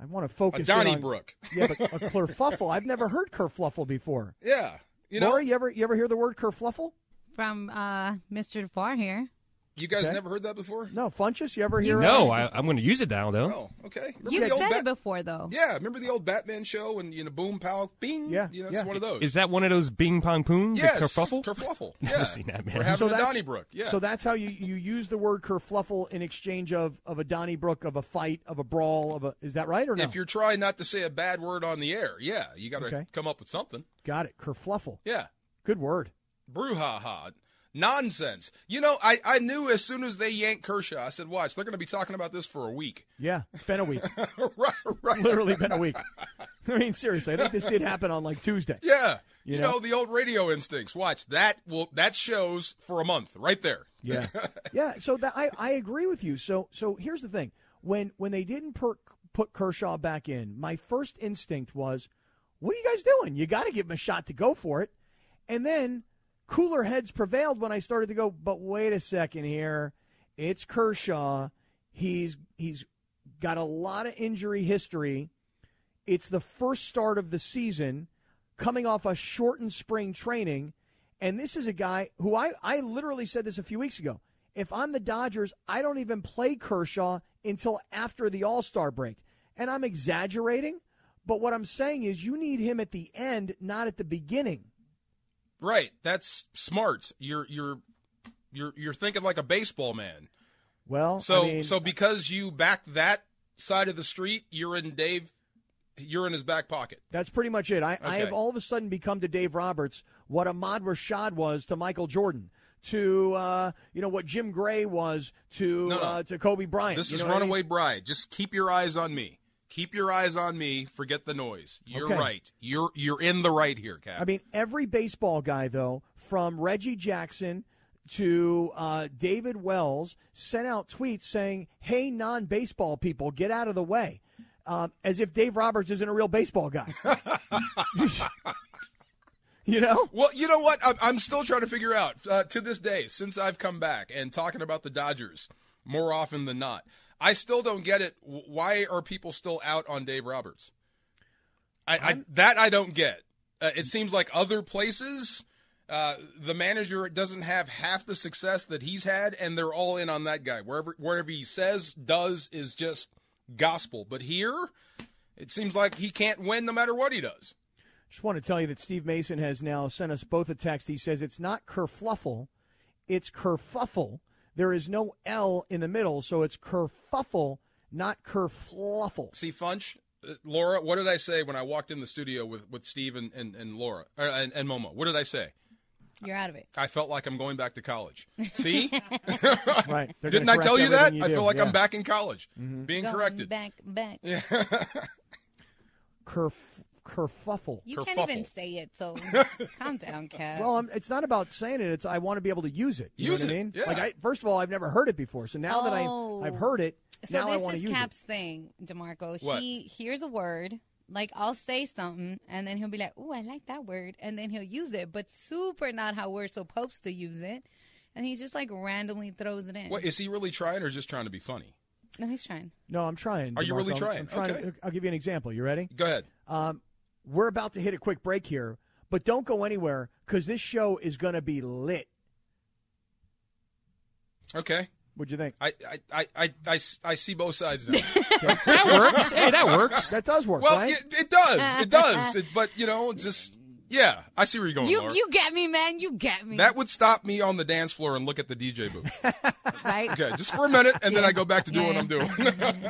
Speaker 5: I want to focus
Speaker 2: A
Speaker 5: in on-
Speaker 2: Donnybrook.
Speaker 5: yeah, but a kerfluffle. I've never heard kerfluffle before.
Speaker 2: Yeah. You know,
Speaker 5: Laura, you ever you ever hear the word kerfluffle?
Speaker 6: From uh, Mr. DeFar here.
Speaker 2: you guys
Speaker 5: Okay.
Speaker 2: never heard that before?
Speaker 5: No, Funchess, you ever hear?
Speaker 8: No, I, I'm going to use it now, though.
Speaker 2: Oh, okay. Remember
Speaker 6: You've
Speaker 2: the old
Speaker 6: said
Speaker 2: Bat-
Speaker 6: it before, though.
Speaker 2: Yeah, remember the old Batman show and, you know, boom, pow, bing?
Speaker 5: Yeah,
Speaker 2: You know, it's
Speaker 5: yeah.
Speaker 2: one of those.
Speaker 8: Is that one of those bing pong poons?
Speaker 2: yes,
Speaker 8: The kerfuffle?
Speaker 2: Kerfluffle.
Speaker 8: Never
Speaker 2: Yeah.
Speaker 8: seen that, man.
Speaker 2: We're having
Speaker 5: So
Speaker 2: a
Speaker 5: that's-
Speaker 2: Donnybrook. Yeah.
Speaker 5: So that's how you, you use the word kerfluffle in exchange of, of a Donnybrook, of a fight, of a brawl, of a is that right or no?
Speaker 2: If you're trying not to say a bad word on the air, yeah, you got to
Speaker 5: Okay.
Speaker 2: come up with something.
Speaker 5: Got it. Kerfluffle.
Speaker 2: Yeah,
Speaker 5: Good word.
Speaker 2: brouhaha, nonsense. You know, I I knew as soon as they yanked Kershaw, I said, "Watch, they're going to be talking about this for a week."
Speaker 5: Yeah. It's been a week.
Speaker 2: right, right.
Speaker 5: Literally been a week. I mean, seriously, I think this did happen on like Tuesday.
Speaker 2: Yeah,
Speaker 5: You
Speaker 2: you,
Speaker 5: know?
Speaker 2: know? the old radio instincts. Watch that. Will that shows for a month right there?
Speaker 5: Yeah. yeah. So that I, I agree with you. So so here's the thing. When when they didn't per, put Kershaw back in, my first instinct was, what are you guys doing? You got to give him a shot to go for it. And then cooler heads prevailed when I started to go, but wait a second here. It's Kershaw. He's he's got a lot of injury history. It's the first start of the season, coming off a shortened spring training. And this is a guy who I, I literally said this a few weeks ago. If I'm the Dodgers, I don't even play Kershaw until after the All Star break. And I'm exaggerating, but what I'm saying is you need him at the end, not at the beginning.
Speaker 2: Right. That's smart. You're you're you're you're thinking like a baseball man.
Speaker 5: Well,
Speaker 2: So
Speaker 5: I mean,
Speaker 2: so because you backed that side of the street, you're in Dave. You're in his back pocket.
Speaker 5: that's pretty much it. I, I
Speaker 2: Okay.
Speaker 5: have all of a sudden become to Dave Roberts what Ahmad Rashad was to Michael Jordan. To uh, you know what Jim Gray was to
Speaker 2: No, no.
Speaker 5: Uh, to Kobe Bryant.
Speaker 2: This
Speaker 5: You
Speaker 2: is
Speaker 5: know what I mean?
Speaker 2: Runaway Bride. Just keep your eyes on me. Keep your eyes on me. Forget the noise. You're
Speaker 5: Okay.
Speaker 2: right. You're you're in the right here, Cap.
Speaker 5: I mean, every baseball guy, though, from Reggie Jackson to uh, David Wells, sent out tweets saying, hey, non baseball people, get out of the way. Um, as if Dave Roberts isn't a real baseball guy. you know?
Speaker 2: well, you know what? I'm, I'm still trying to figure out uh, to this day since I've come back and talking about the Dodgers more often than not. I still don't get it. W- Why are people still out on Dave Roberts? I, I that I don't get. Uh, it seems like other places. Uh, the manager doesn't have half the success that he's had, and they're all in on that guy. Wherever whatever he says, does is just gospel. But here, it seems like he can't win no matter what he does.
Speaker 5: Just want to tell you that Steve Mason has now sent us both a text. He says it's not kerfluffle, it's kerfuffle. There is no L in the middle, so it's kerfuffle, not kerfluffle.
Speaker 2: See, Funch, uh, Laura, what did I say when I walked in the studio with with Steve and and, and Laura or, and, and Momo? What did I say?
Speaker 6: You're out of it.
Speaker 2: I felt like I'm going back to college. See,
Speaker 5: Right. They're gonna
Speaker 2: didn't I
Speaker 5: correct
Speaker 2: tell you that?
Speaker 5: everything
Speaker 2: I
Speaker 5: do.
Speaker 2: feel like
Speaker 5: Yeah. Mm-hmm.
Speaker 2: I'm back in college, being
Speaker 6: Going
Speaker 2: corrected.
Speaker 6: Back, back.
Speaker 5: Kerf, kerfuffle.
Speaker 6: You can't even say it, so calm down, Kev.
Speaker 5: Well, I'm, it's not about saying it. It's I want to be able to use it. You
Speaker 6: Use
Speaker 5: know what
Speaker 6: it,
Speaker 5: I mean?
Speaker 6: yeah.
Speaker 5: Like, I, first of all, I've never heard it before, so now that
Speaker 6: Oh.
Speaker 5: I I've heard it,
Speaker 6: So
Speaker 5: now I
Speaker 6: this
Speaker 5: want to
Speaker 6: is
Speaker 5: use
Speaker 6: Cap's thing, Demarco.
Speaker 5: What?
Speaker 6: He hears a word, like I'll say something, and then he'll be like, "Ooh, I like that word," and then he'll use it, but super not how we're supposed to use it, and he just like randomly throws it in.
Speaker 2: What is he really trying, or just trying to be funny?
Speaker 6: No, he's trying.
Speaker 5: it. No, I'm trying.
Speaker 2: Are you
Speaker 5: DeMarco.
Speaker 2: really
Speaker 5: I'm-
Speaker 2: trying?
Speaker 5: I'm trying.
Speaker 2: Okay.
Speaker 5: I'll give you an example. You ready?
Speaker 2: Go ahead.
Speaker 5: Um, we're about to hit a quick break here, but don't go anywhere because this show is going to be lit.
Speaker 2: Okay.
Speaker 5: What'd you think?
Speaker 2: I I, I, I, I s- I see both sides now.
Speaker 5: that
Speaker 2: works. Hey, that works.
Speaker 5: That does work.
Speaker 2: well,
Speaker 5: right?
Speaker 2: it, it does. It does. It- but, you know, just, yeah, I see where you're going,
Speaker 6: You
Speaker 2: Laura.
Speaker 6: you get me, man. You get me.
Speaker 2: That would stop me on the dance floor and look at the DJ booth.
Speaker 6: right?
Speaker 2: Okay, just for a minute, and then I go back to doing
Speaker 6: Yeah,
Speaker 2: what I'm doing.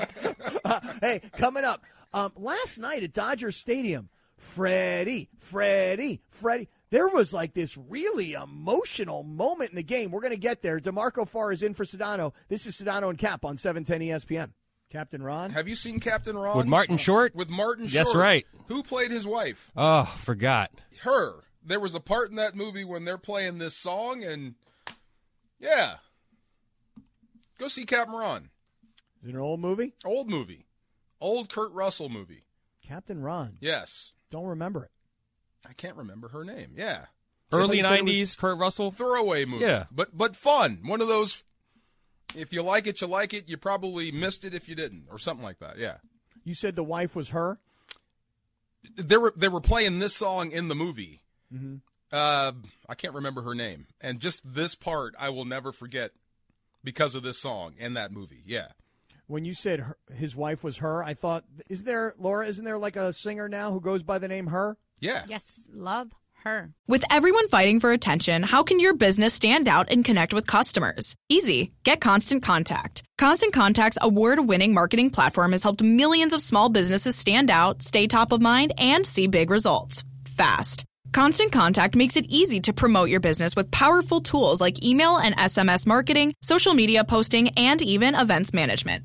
Speaker 5: Uh, hey, coming up, um, last night at Dodger Stadium, Freddie, Freddie, Freddie. There was like this really emotional moment in the game. We're going to get there. DeMarco Farr is in for Sedano. This is Sedano and Cap on E 710 ESPN. Captain Ron.
Speaker 2: Have you seen Captain Ron?
Speaker 8: With Martin Short?
Speaker 2: With Martin Short.
Speaker 8: That's right.
Speaker 2: Who played his wife?
Speaker 8: Oh, forgot.
Speaker 2: Her. There was a part in that movie when they're playing this song, and yeah. Go see Captain Ron.
Speaker 5: Is it an old movie?
Speaker 2: Old movie. Old Kurt Russell movie.
Speaker 5: Captain Ron.
Speaker 2: Yes.
Speaker 5: Don't remember it.
Speaker 2: I can't remember her name. Yeah.
Speaker 8: Early
Speaker 2: I thought you said it was-
Speaker 8: 90s, Kurt Russell.
Speaker 2: Throwaway movie.
Speaker 8: Yeah.
Speaker 2: But but fun. One of those if you like it, you like it. You probably missed it if you didn't, or something like that. Yeah.
Speaker 5: You said the wife was her.
Speaker 2: They were they were playing this song in the movie.
Speaker 5: Mm-hmm.
Speaker 2: Uh, I can't remember her name, and just this part I will never forget because of this song and that movie. Yeah,
Speaker 5: When you said her, his wife was her, I thought, is there, Laura, isn't there like a singer now who goes by the name her?
Speaker 2: Yeah.
Speaker 6: Yes, love her.
Speaker 10: With everyone fighting for attention, how can your business stand out and connect with customers? Easy. Get Constant Contact. Constant Contact's award winning marketing platform has helped millions of small businesses stand out, stay top of mind, and see big results fast. Constant Contact makes it easy to promote your business with powerful tools like email and SMS marketing, social media posting, and even events management.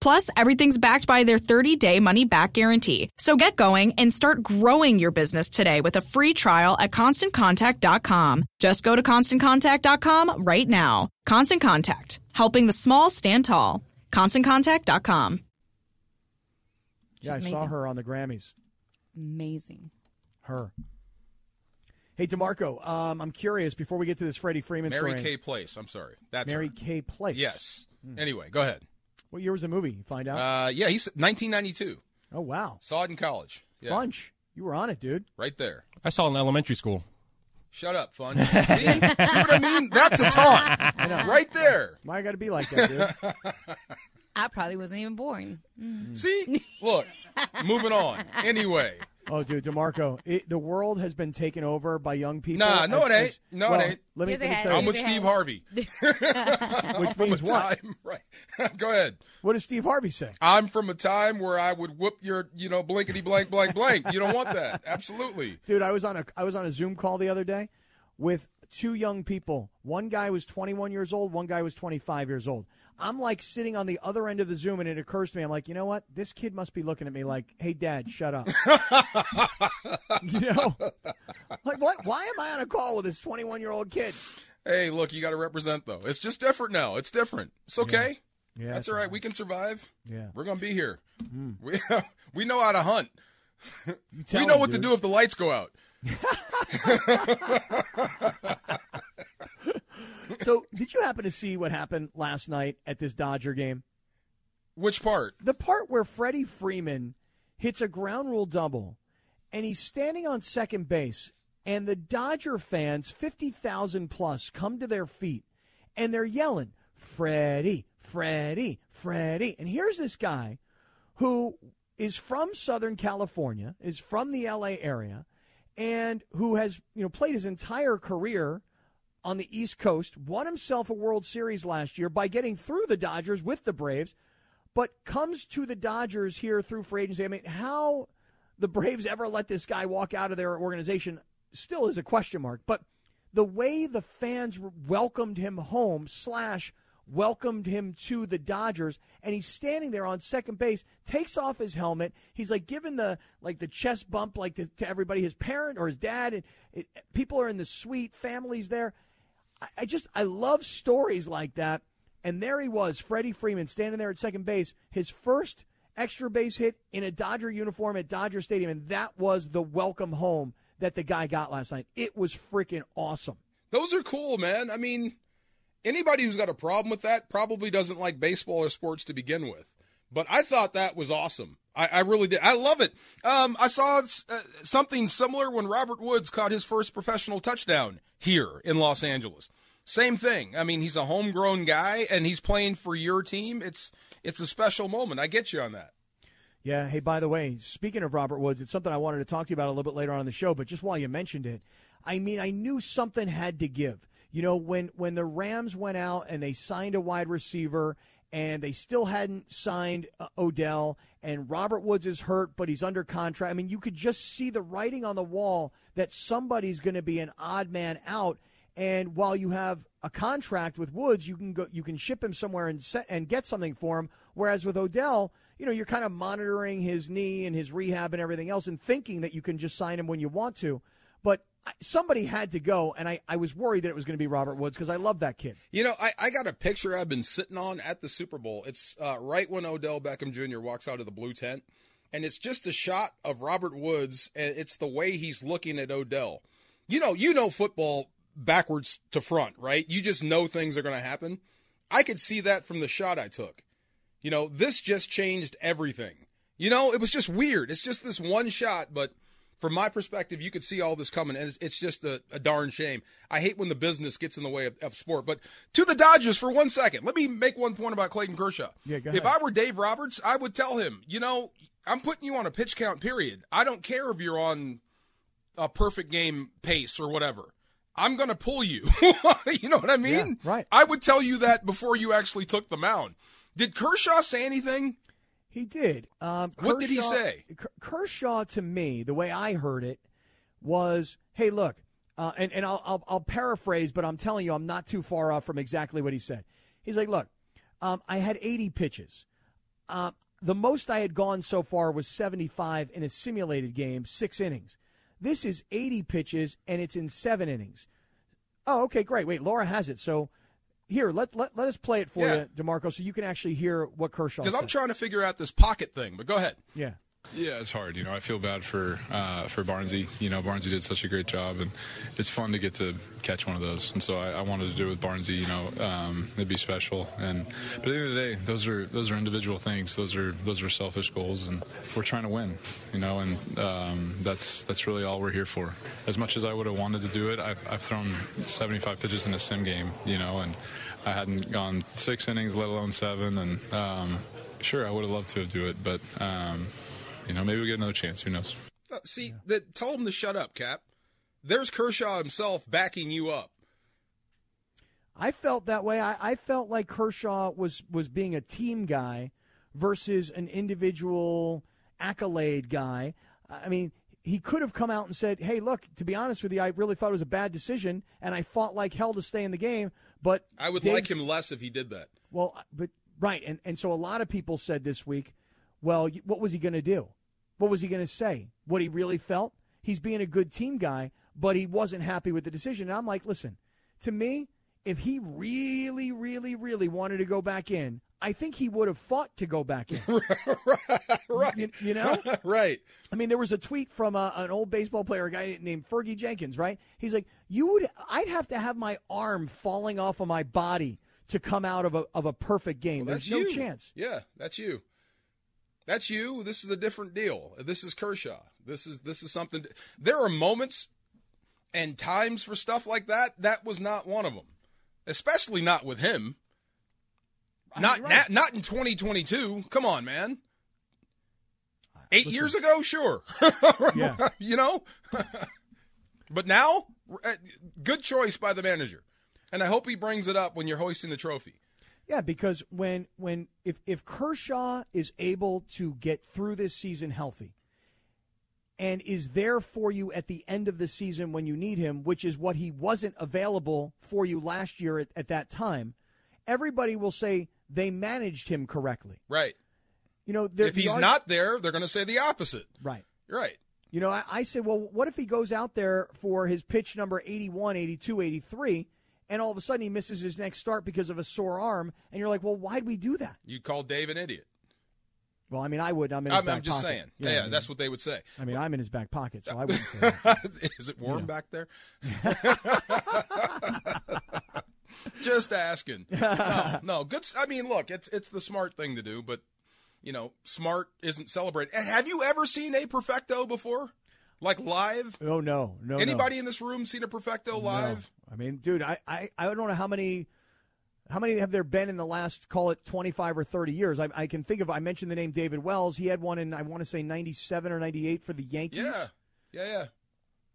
Speaker 10: Plus, everything's backed by their 30 day money back guarantee. So get going and start growing your business today with a free trial at constantcontact.com. Just go to constantcontact.com right now. Constant Contact, helping the small stand tall. ConstantContact.com.
Speaker 5: Yeah, I
Speaker 6: She's
Speaker 5: saw
Speaker 6: amazing.
Speaker 5: her on the Grammys.
Speaker 6: Amazing.
Speaker 5: Her. Hey, DeMarco, um, I'm curious before we get to this Freddie Freeman
Speaker 2: Mary
Speaker 5: story.
Speaker 2: Kay Place. I'm sorry, that's
Speaker 5: Mary
Speaker 2: her.
Speaker 5: Kay Place. Hmm.
Speaker 2: Yes. Anyway, go ahead.
Speaker 5: What year was the movie? You find out.
Speaker 2: Uh, yeah, he's 1992.
Speaker 5: oh wow,
Speaker 2: Saw it in college. Yeah,
Speaker 5: Funch, you were on it, dude.
Speaker 2: right there.
Speaker 8: I saw it in elementary school.
Speaker 2: Shut up, fun. See? See what I mean? That's a taunt. Right there.
Speaker 5: Why I got to be like that, dude?
Speaker 6: I probably wasn't even born. Mm.
Speaker 2: See, look. Moving on. Anyway,
Speaker 5: oh, dude, DeMarco, it, the world has been taken over by young people.
Speaker 2: Nah, no, it ain't. No, it
Speaker 5: well,
Speaker 2: ain't.
Speaker 5: Let me,
Speaker 6: Yes, it
Speaker 5: let me
Speaker 6: has.
Speaker 5: tell
Speaker 2: I'm
Speaker 5: you,
Speaker 2: with Steve Harvey.
Speaker 5: which
Speaker 2: From a
Speaker 5: means what?
Speaker 2: time, right? go ahead.
Speaker 5: What does Steve Harvey say?
Speaker 2: I'm from a time where I would whoop your, you know, blankety blank blank blank. You don't want that. Absolutely.
Speaker 5: Dude, I was on a I was on a Zoom call the other day with two young people. One guy was 21 years old, one guy was 25 years old. I'm like sitting on the other end of the Zoom and it occurs to me I'm like, "You know what? This kid must be looking at me like, "Hey dad, shut up." you know? Like what why am I on a call with this 21-year-old kid?
Speaker 2: Hey, look, you got to represent though. It's just different now. It's different. It's okay.
Speaker 5: Yeah,
Speaker 2: That's
Speaker 5: it's
Speaker 2: all right. We can survive.
Speaker 5: Yeah. Hmm.
Speaker 2: We're gonna be here. We we know how to hunt.
Speaker 5: tell
Speaker 2: we know
Speaker 5: him,
Speaker 2: what
Speaker 5: dude.
Speaker 2: to do if the lights go out.
Speaker 5: So, did you happen to see what happened last night at this Dodger game?
Speaker 2: Which part?
Speaker 5: The part where Freddie Freeman hits a ground rule double and he's standing on second base, and the Dodger fans, 50,000 plus, come to their feet and they're yelling, Freddie, Freddie, Freddie. And here's this guy who is from Southern California, is from the LA area, and who has you know played his entire career on the East Coast, won himself a World Series last year by getting through the Dodgers with the Braves, but comes to the Dodgers here through free agency. I mean, how the Braves ever let this guy walk out of their organization still is a question mark. But the way the fans welcomed him home slash welcomed him to the Dodgers and he's standing there on second base takes off his helmet he's like giving the like the chest bump like to, to everybody his parent or his dad and it, people are in the suite families there I, I just I love stories like that and there he was Freddie Freeman standing there at second base his first extra base hit in a Dodger uniform at Dodger Stadium and that was the welcome home that the guy got last night it was freaking awesome
Speaker 2: Those are cool, man. I mean, anybody who's got a problem with that probably doesn't like baseball or sports to begin with. But I thought that was awesome. I, I really did. I love it. Um, I saw uh, something similar when Robert Woods caught his first professional touchdown here in Los Angeles. Same thing. I mean, he's a homegrown guy and he's playing for your team. It's it's a special moment. I get you on that.
Speaker 5: Yeah. Hey, by the way, speaking of Robert Woods, it's something I wanted to talk to you about a little bit later on in the show, but just while you mentioned it, I mean, I knew something had to give. You know, when, when the Rams went out and they signed a wide receiver and they still hadn't signed uh, Odell and Robert Woods is hurt, but he's under contract. I mean, you could just see the writing on the wall that somebody's going to be an odd man out. And while you have a contract with Woods, you can go, you can ship him somewhere and set, and get something for him. Whereas with Odell, you know, you're kind of monitoring his knee and his rehab and everything else, and thinking that you can just sign him when you want to. But I- somebody had to go, and I, I was worried that it was going to be Robert Woods because I love that kid.
Speaker 2: You know, I, I got a picture I've been sitting on at the Super Bowl. It's uh, right when Odell Beckham Jr. walks out of the blue tent, and it's just a shot of Robert Woods, and it's the way he's looking at Odell. You know, you know football backwards to front, right? You just know things are going to happen. I could see that from the shot I took. You know, this just changed everything. You know, it was just weird. It's just this one shot, but from my perspective, you could see all this coming, and it's, it's just a, a darn shame. I hate when the business gets in the way of, of sport. But to the Dodgers for one second, let me make one point about Clayton Kershaw.
Speaker 5: Yeah, go
Speaker 2: If I were Dave Roberts, I would tell him, you know, I'm putting you on a pitch count, period. I don't care if you're on a perfect game pace or whatever. I'm going to pull you. you know what I mean? right. I would tell you that before you actually took the mound. Did Kershaw say anything?
Speaker 5: He did. Um,
Speaker 2: What did he
Speaker 5: Kershaw-
Speaker 2: say?
Speaker 5: K- Kershaw, to me, the way I heard it was, "Hey, look," uh, and and I'll, I'll I'll paraphrase, but I'm telling you, I'm not too far off from exactly what he said. He's like, "Look, um, I had 80 pitches. Um, the most I had gone so far was 75 in a simulated game, six innings. This is 80 pitches, and it's in seven innings. Oh, okay, great. Wait, Laura has it. So." Here, let, let, let us play it for
Speaker 2: Yeah.
Speaker 5: you, DeMarco, so you can actually hear what Kershaw
Speaker 2: Because
Speaker 5: said.
Speaker 2: I'm trying to figure out this pocket thing, but go ahead.
Speaker 5: Yeah.
Speaker 11: Yeah, it's hard. You know, I feel bad for uh, for Barnsey. You know, Barnsey did such a great job, and it's fun to get to catch one of those. And so I, I wanted to do it with Barnsey. You know, um, it'd be special. And but at the end of the day, those are those are individual things. Those are those are selfish goals, and we're trying to win. You know, and um, that's that's really all we're here for. As much as I would have wanted to do it, I've, I've thrown 75 pitches in a sim game. You know, and I hadn't gone six innings, let alone seven. And um, sure, I would have loved to have do it, but. Um, you know, maybe we get another chance. Who knows?
Speaker 2: Uh, See, that tell him to shut up, Cap. There's Kershaw himself backing you up.
Speaker 5: I felt that way. I, I felt like Kershaw was was being a team guy versus an individual accolade guy. I mean, he could have come out and said, "Hey, look, to be honest with you, I really thought it was a bad decision, and I fought like hell to stay in the game." But
Speaker 2: I would
Speaker 5: Dave's-
Speaker 2: like him less if he did that.
Speaker 5: Well, uh, but right, and and so a lot of people said this week, well, y- what was he going to do? What was he going to say? What he really felt? He's being a good team guy, but he wasn't happy with the decision. And I'm like, listen, to me, if he really, really, really wanted to go back in, I think he would have fought to go back in. right. You, you know?
Speaker 2: right.
Speaker 5: I mean, there was a tweet from uh an old baseball player, a guy named Fergie Jenkins, right? He's like, you would, I'd have to have my arm falling off of my body to come out of a, of a perfect game.
Speaker 2: Well,
Speaker 5: There's
Speaker 2: that's
Speaker 5: no
Speaker 2: you.
Speaker 5: chance.
Speaker 2: Yeah, that's you. That's you. This is a different deal. This is Kershaw. This is this is something. There are moments and times for stuff like that. That was not one of them, especially not with him. Not not, not in 2022. Come on, man. Eight years ago, sure. you know. But now, uh, good choice by the manager. And I hope he brings it up when you're hoisting the trophy.
Speaker 5: Yeah, because when when if if Kershaw is able to get through this season healthy and is there for you at the end of the season when you need him, which is what he wasn't available for you last year at, at that time, everybody will say they managed him correctly.
Speaker 2: Right.
Speaker 5: You know, there-
Speaker 2: if he's
Speaker 5: the arg-
Speaker 2: not there, they're going to say the opposite.
Speaker 5: right.
Speaker 2: You're right.
Speaker 5: You know, I, I said, well, what if he goes out there for his pitch number 81, 82, 83, and all of a sudden he misses his next start because of a sore arm? And you're like, well, why'd we do that?
Speaker 2: You call Dave an idiot.
Speaker 5: Well, I mean, I would. I'm in his
Speaker 2: I'm,
Speaker 5: back
Speaker 2: I'm just
Speaker 5: pocket.
Speaker 2: saying. Yeah,
Speaker 5: I mean,
Speaker 2: that's what they would say.
Speaker 5: I mean, I'm in his back pocket, so I wouldn't say that.
Speaker 2: Is it warm
Speaker 5: Yeah.
Speaker 2: back there? Just asking. No, no, good. s- I mean, look, it's it's the smart thing to do, but you know, smart isn't celebrated. And have you ever seen a perfecto before, like live?
Speaker 5: Oh, no, no. no.
Speaker 2: Anybody in this room seen a perfecto live?
Speaker 5: No. I mean, dude, I, I, I don't know how many how many have there been in the last call it 25 or 30 years. I, I can think of I mentioned the name David Wells. He had one in I want to say 97 or 98 for the Yankees.
Speaker 2: Yeah, yeah, yeah.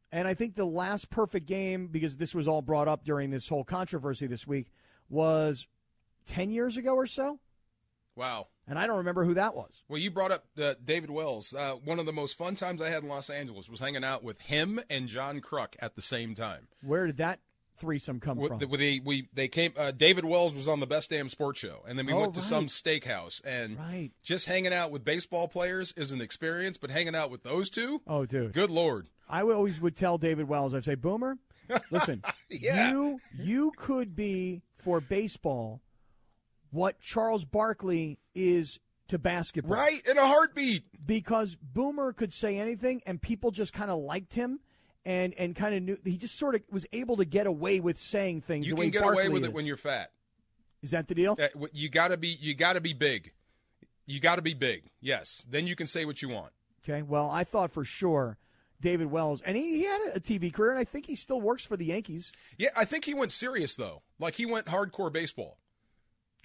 Speaker 5: And I think the last perfect game because this was all brought up during this whole controversy this week was 10 years ago or so,
Speaker 2: Wow.
Speaker 5: and I don't remember who that was.
Speaker 2: Well, you brought up uh, David Wells. Uh, one of the most fun times I had in Los Angeles was hanging out with him and John Cruck at the same time.
Speaker 5: Where did that threesome come
Speaker 2: Wh-
Speaker 5: from?
Speaker 2: the- They, we they came. Uh, David Wells was on the Best Damn Sports Show, and then we
Speaker 5: Oh,
Speaker 2: went to
Speaker 5: right.
Speaker 2: some steakhouse. And
Speaker 5: Right.
Speaker 2: just hanging out with baseball players is an experience, but hanging out with those two,
Speaker 5: oh, dude.
Speaker 2: good lord,
Speaker 5: I would- always would tell David Wells, I'd say, Boomer, listen, you you could be for baseball what Charles Barkley is to basketball.
Speaker 2: right in a heartbeat.
Speaker 5: Because Boomer could say anything and people just kind of liked him and, and kind of knew he just sort of was able to get away with saying things
Speaker 2: You
Speaker 5: the way
Speaker 2: can get
Speaker 5: Barkley
Speaker 2: away with
Speaker 5: is.
Speaker 2: it when you're fat.
Speaker 5: Is that the deal?
Speaker 2: That- wh- You gotta be. You gotta be big. You gotta be big. Yes, then you can say what you want.
Speaker 5: Okay. Well, I thought for sure David Wells and he, he had a TV career and I think he still works for the Yankees.
Speaker 2: Yeah, I think he went serious though. Like he went hardcore baseball.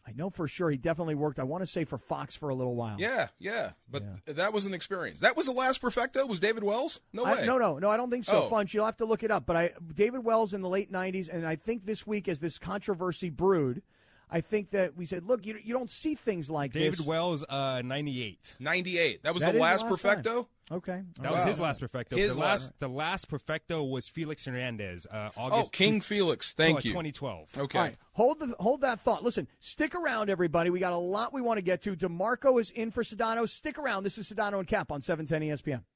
Speaker 5: I know for sure he definitely worked, I want to say for Fox for a little while.
Speaker 2: Yeah, yeah. But that was an experience. That was the last perfecto. Was David Wells? No
Speaker 5: I-
Speaker 2: way.
Speaker 5: no, no, no. I don't think so,
Speaker 2: Oh.
Speaker 5: Funch. You'll have to look it up. But I, David Wells in the late '90s, and I think this week as this controversy brewed, I think that we said, look, you, you don't see things like
Speaker 8: David
Speaker 5: this.
Speaker 8: Wells, uh, 98.
Speaker 2: 98. That was
Speaker 5: That
Speaker 2: the
Speaker 5: is
Speaker 2: last,
Speaker 5: time. Oh,
Speaker 2: perfecto.
Speaker 5: Okay,
Speaker 8: That was his last perfecto.
Speaker 2: His
Speaker 8: the
Speaker 2: last- Oh,
Speaker 8: last, the last perfecto was Felix Hernandez. Uh, August
Speaker 2: King
Speaker 8: tw-
Speaker 2: Felix. Thank
Speaker 8: uh,
Speaker 2: you.
Speaker 8: 2012.
Speaker 2: Okay.
Speaker 5: All right, hold the hold that thought. Listen, stick around, everybody. We E got a lot we want to get to. Demarco is in for Sedano. Stick around. This is Sedano and Cap on 710 ESPN.